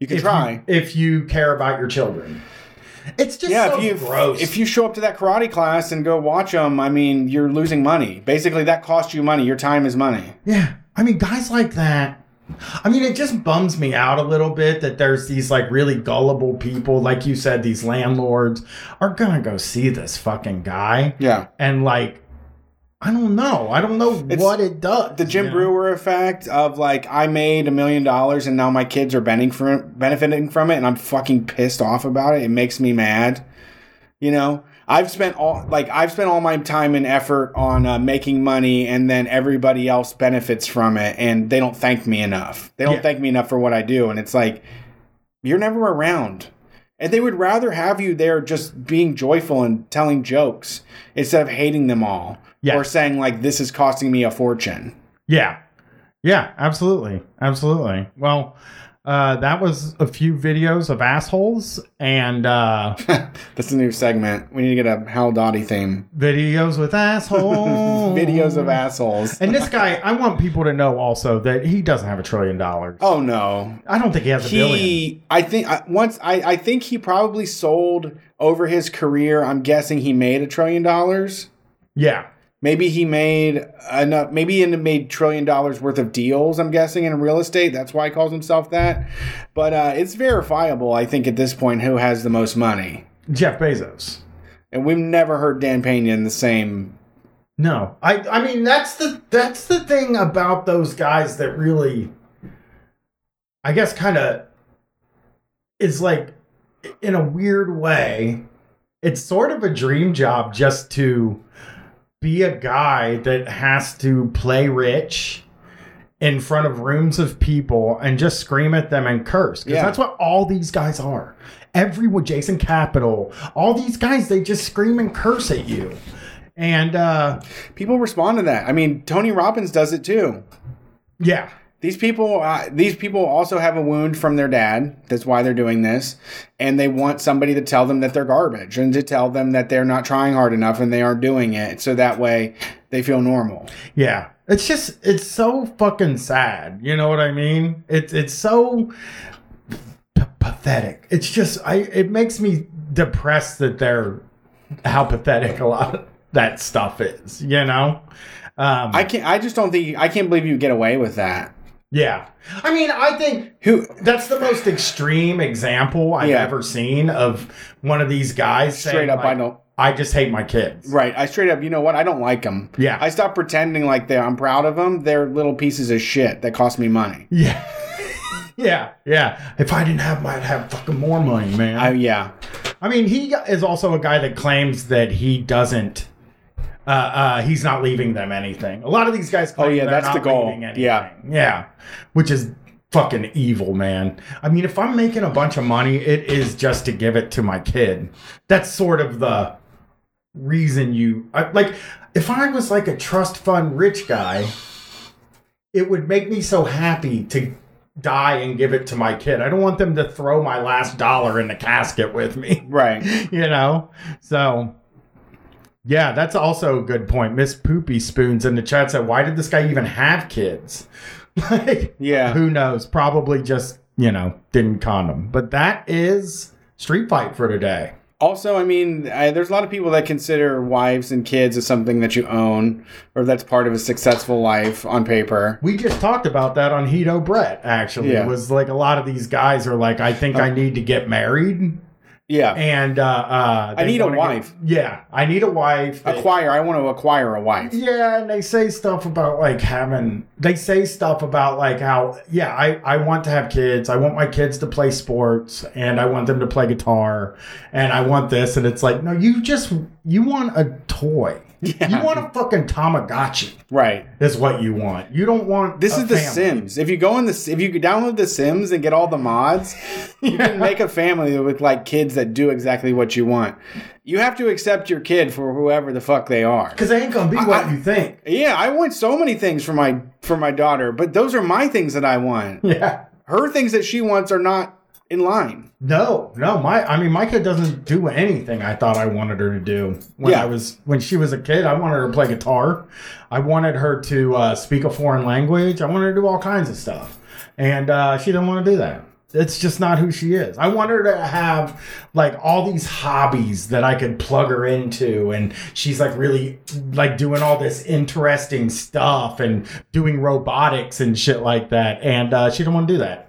A: You can
B: if
A: try.
B: you, if you care about your children. It's just
A: yeah,
B: so
A: if you
B: gross.
A: if you show up to that karate class and go watch them, I mean, you're losing money. Basically, that costs you money. Your time is money.
B: Yeah. I mean, guys like that. I mean, it just bums me out a little bit that there's these like really gullible people, like you said, these landlords are gonna go see this fucking guy.
A: Yeah.
B: And like, I don't know. I don't know
A: It's
B: what it does.
A: The Jim
B: you know?
A: Brewer effect of like I made a million dollars and now my kids are benefiting from benefiting from it and I'm fucking pissed off about it. It makes me mad. You know, I've spent all like I've spent all my time and effort on uh, making money and then everybody else benefits from it and they don't thank me enough. They don't
B: Yeah.
A: thank me enough for what I do and it's like you're never around. And they would rather have you there just being joyful and telling jokes instead of hating them all
B: Yeah.
A: or saying like this is costing me a fortune.
B: Yeah. Yeah, absolutely. Absolutely. Well, uh, that was a few videos of assholes and uh,
A: That's a new segment. We need to get a Hal Dottie theme.
B: videos with assholes.
A: Videos of assholes.
B: And this guy, I want people to know also that he doesn't have a trillion dollars.
A: Oh no.
B: I don't think he has a billion.
A: He, I think, I, once I, I think he probably sold over his career. I'm guessing he made a trillion dollars.
B: Yeah.
A: Maybe he made enough. Maybe he made trillion dollars worth of deals. I'm guessing in real estate. That's why he calls himself that. But uh, it's verifiable. I think at this point, who has the most money?
B: Jeff Bezos.
A: And we've never heard Dan Pena in the same.
B: No. I I mean that's the that's the thing about those guys that really I guess kind of is like in a weird way it's sort of a dream job just to be a guy that has to play rich in front of rooms of people and just scream at them and curse because
A: Yeah.
B: that's what all these guys are everyone jason capital all these guys they just scream and curse at you and uh
A: People respond to that. I mean, Tony Robbins does it too.
B: yeah
A: These people, uh, these people also have a wound from their dad. That's why they're doing this, and they want somebody to tell them that they're garbage and to tell them that they're not trying hard enough and they aren't doing it. So that way, they feel normal.
B: Yeah. It's just it's so fucking sad. You know what I mean? It's it's so p- pathetic. It's just I it makes me depressed that they're how pathetic a lot of that stuff is, you know? Um
A: I can't. I just don't think. I can't believe you get away with that.
B: yeah. I mean, I think
A: Who?
B: that's the most extreme example I've
A: Yeah.
B: ever seen of one of these guys saying,
A: Straight up, I
B: like,
A: don't.
B: I just hate my kids.
A: Right. I straight up. You know what? I don't like them.
B: Yeah.
A: I stop pretending like they I'm proud of them. They're little pieces of shit that cost me money.
B: Yeah. yeah. Yeah. If I didn't have my I'd have fucking more money, man.
A: I, yeah.
B: I mean, he is also a guy that claims that he doesn't. Uh, uh, he's not leaving them anything. A lot of these guys. Claim
A: Oh, yeah,
B: they're
A: that's
B: not
A: the goal.
B: leaving anything.
A: Yeah.
B: yeah, which is fucking evil, man. I mean, if I'm making a bunch of money, it is just to give it to my kid. That's sort of the reason you I, like. If I was like a trust fund rich guy, it would make me so happy to die and give it to my kid. I don't want them to throw my last dollar in the casket with me
A: Right.
B: you know so yeah that's also a good point miss poopy spoons in the chat said why did this guy even have kids like
A: Yeah.
B: who knows probably just you know didn't condom but that is street fight for today
A: Also, I mean, I, there's a lot of people that consider wives and kids as something that you own or that's part of a successful life on paper.
B: we just talked about that on Hito Brett actually
A: Yeah. Um,
B: it was like a lot of these guys are like I think I need to get married
A: Yeah.
B: and uh, uh
A: I
B: they
A: need a
B: wanna get-
A: wife.
B: yeah I need a wife They-
A: Acquire. I want to acquire a wife.
B: Yeah, and they say stuff about like having. They say stuff about like how yeah, I I want to have kids. I want my kids to play sports, and I want them to play guitar, and I want this, and it's like no, you just you want a toy. You want a fucking Tamagotchi
A: Right.
B: is what you want. You don't want
A: This
B: a
A: is The
B: family.
A: Sims. If you go in the, if you download The Sims and get all the mods, you can make a family with like kids that do exactly what you want. You have to accept your kid for whoever the fuck they are.
B: Cause they ain't gonna be what you think.
A: Yeah, I want so many things for my for my daughter, but those are my things that I want.
B: Yeah,
A: Her things that she wants are not in line.
B: No, no, my I mean Micah doesn't do anything I thought I wanted her to do when
A: Yeah.
B: I was when she was a kid. I wanted her to play guitar. I wanted her to uh, speak a foreign language. I wanted her to do all kinds of stuff, and uh, she didn't want to do that. It's just not who she is. I want her to have like all these hobbies that I could plug her into, and she's like really like doing all this interesting stuff and doing robotics and shit like that. And uh, she didn't want to do that.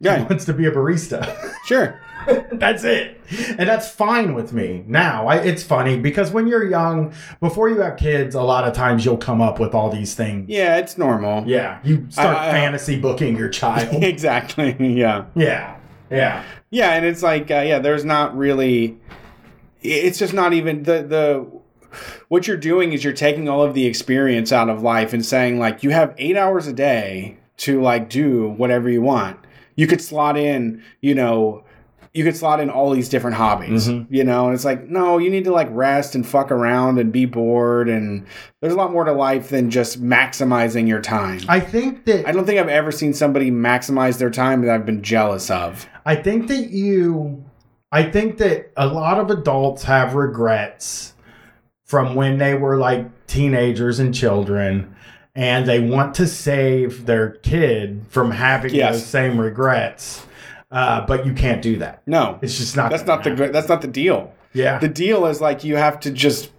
B: She
A: Yeah,
B: wants to be a barista.
A: sure.
B: That's it. And that's fine with me now. I, it's funny because when you're young, before you have kids, a lot of times you'll come up with all these things.
A: Yeah, it's normal.
B: Yeah. You start
A: I- I-
B: fantasy booking your child.
A: exactly. Yeah.
B: yeah. Yeah.
A: Yeah, and it's like, uh, yeah, there's not really. It's just not even the the. What you're doing is you're taking all of the experience out of life and saying like you have eight hours a day to like do whatever you want. You could slot in, you know, you could slot in all these different hobbies, you know, and it's like no, you need to like rest and fuck around and be bored, and there's a lot more to life than just maximizing your time.
B: I think that
A: I don't think I've ever seen somebody maximize their time that I've been jealous of.
B: I think that you, I think that a lot of adults have regrets from when they were like teenagers and children, and they want to save their kid from having
A: Yes.
B: those same regrets. Uh, but you can't do that.
A: No,
B: It's just not.
A: that's
B: gonna
A: not the
B: happen.
A: gr- that's not the deal.
B: Yeah.
A: The deal is like you have to just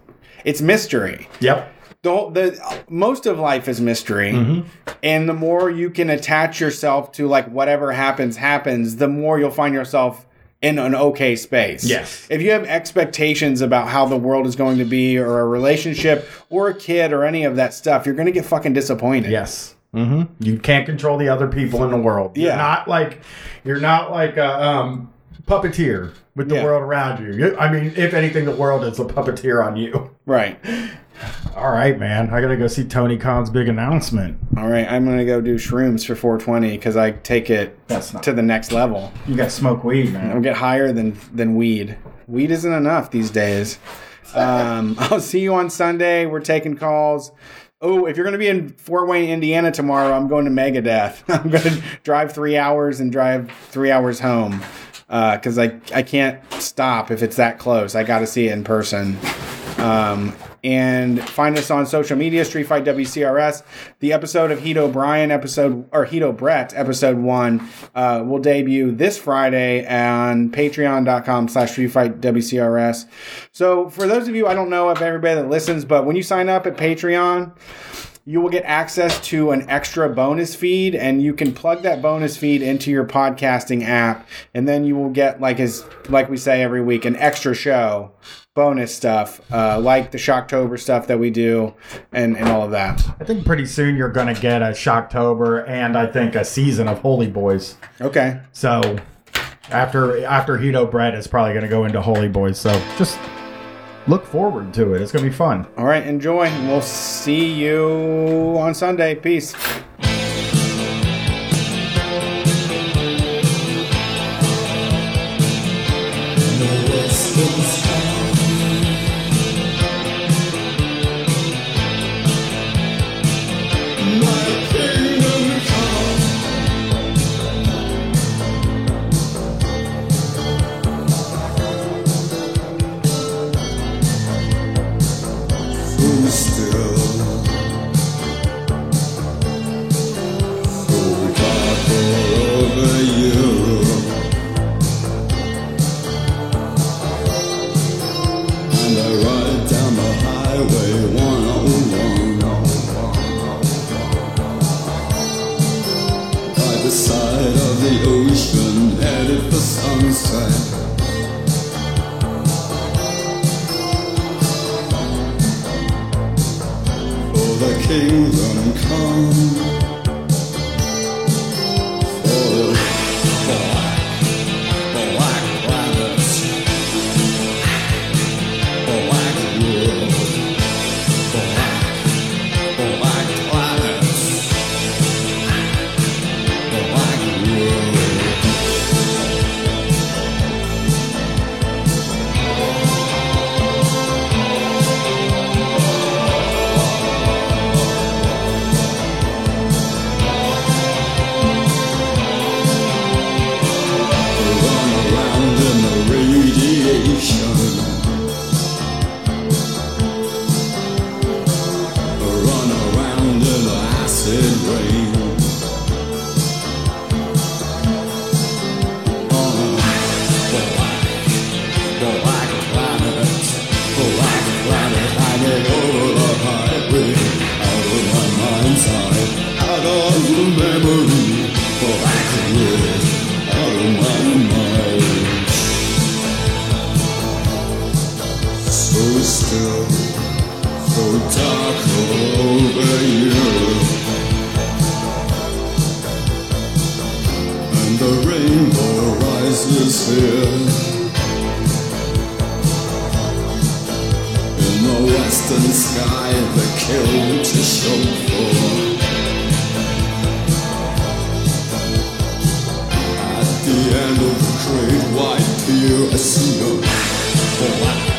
A: it's mystery.
B: yep.
A: The whole, the most of life is mystery,
B: Mm-hmm.
A: and the more you can attach yourself to like whatever happens happens, the more you'll find yourself in an okay space.
B: Yes.
A: If you have expectations about how the world is going to be or a relationship or a kid or any of that stuff, you're going to get fucking disappointed.
B: Yes. hmm You can't control the other people in the world. You're
A: Mm-hmm. Yeah.
B: not like you're not like a um, puppeteer with the
A: Yeah.
B: world around you. you. I mean, if anything, the world is a puppeteer on you.
A: Right.
B: All right, man. I gotta go see Tony Khan's big announcement.
A: All right, I'm going to go do shrooms for 420 cuz I take it
B: That's not-
A: to the next level.
B: You got smoke weed,
A: I'll
B: man.
A: get higher than than weed. Weed isn't enough these days. Um, I'll see you on Sunday. We're taking calls. Oh, if you're going to be in Fort Wayne, Indiana tomorrow, I'm going to Megadeth. I'm going to drive three hours and drive three hours home because I I can't stop if it's that close. I got to see it in person. Um, and find us on social media, Street Fight WCRS. The episode of Heat O'Brien episode or Heat O'Brett episode one uh, will debut this Friday on patreon.com slash Street Fight WCRS. So for those of you, I don't know if everybody that listens, but when you sign up at Patreon, you will get access to an extra bonus feed and you can plug that bonus feed into your podcasting app and then you will get like as like we say every week an extra show bonus stuff uh, like the shocktober stuff that we do and and all of that
B: I think pretty soon you're gonna get a Shocktober and I think a season of Holy Boys.
A: okay
B: So after after Hito Brett is probably gonna go into Holy Boys. So just look forward to it. It's gonna be fun.
A: all right enjoy and we'll see you on sunday peace
G: oh Side of the ocean, headed for sunset. For the kingdom come. For the black, black planets. Black world. Black, black planets. Black world. the rainbow rises here. In the western sky, the kilt is shown for. At the end of the great white pier, I see a black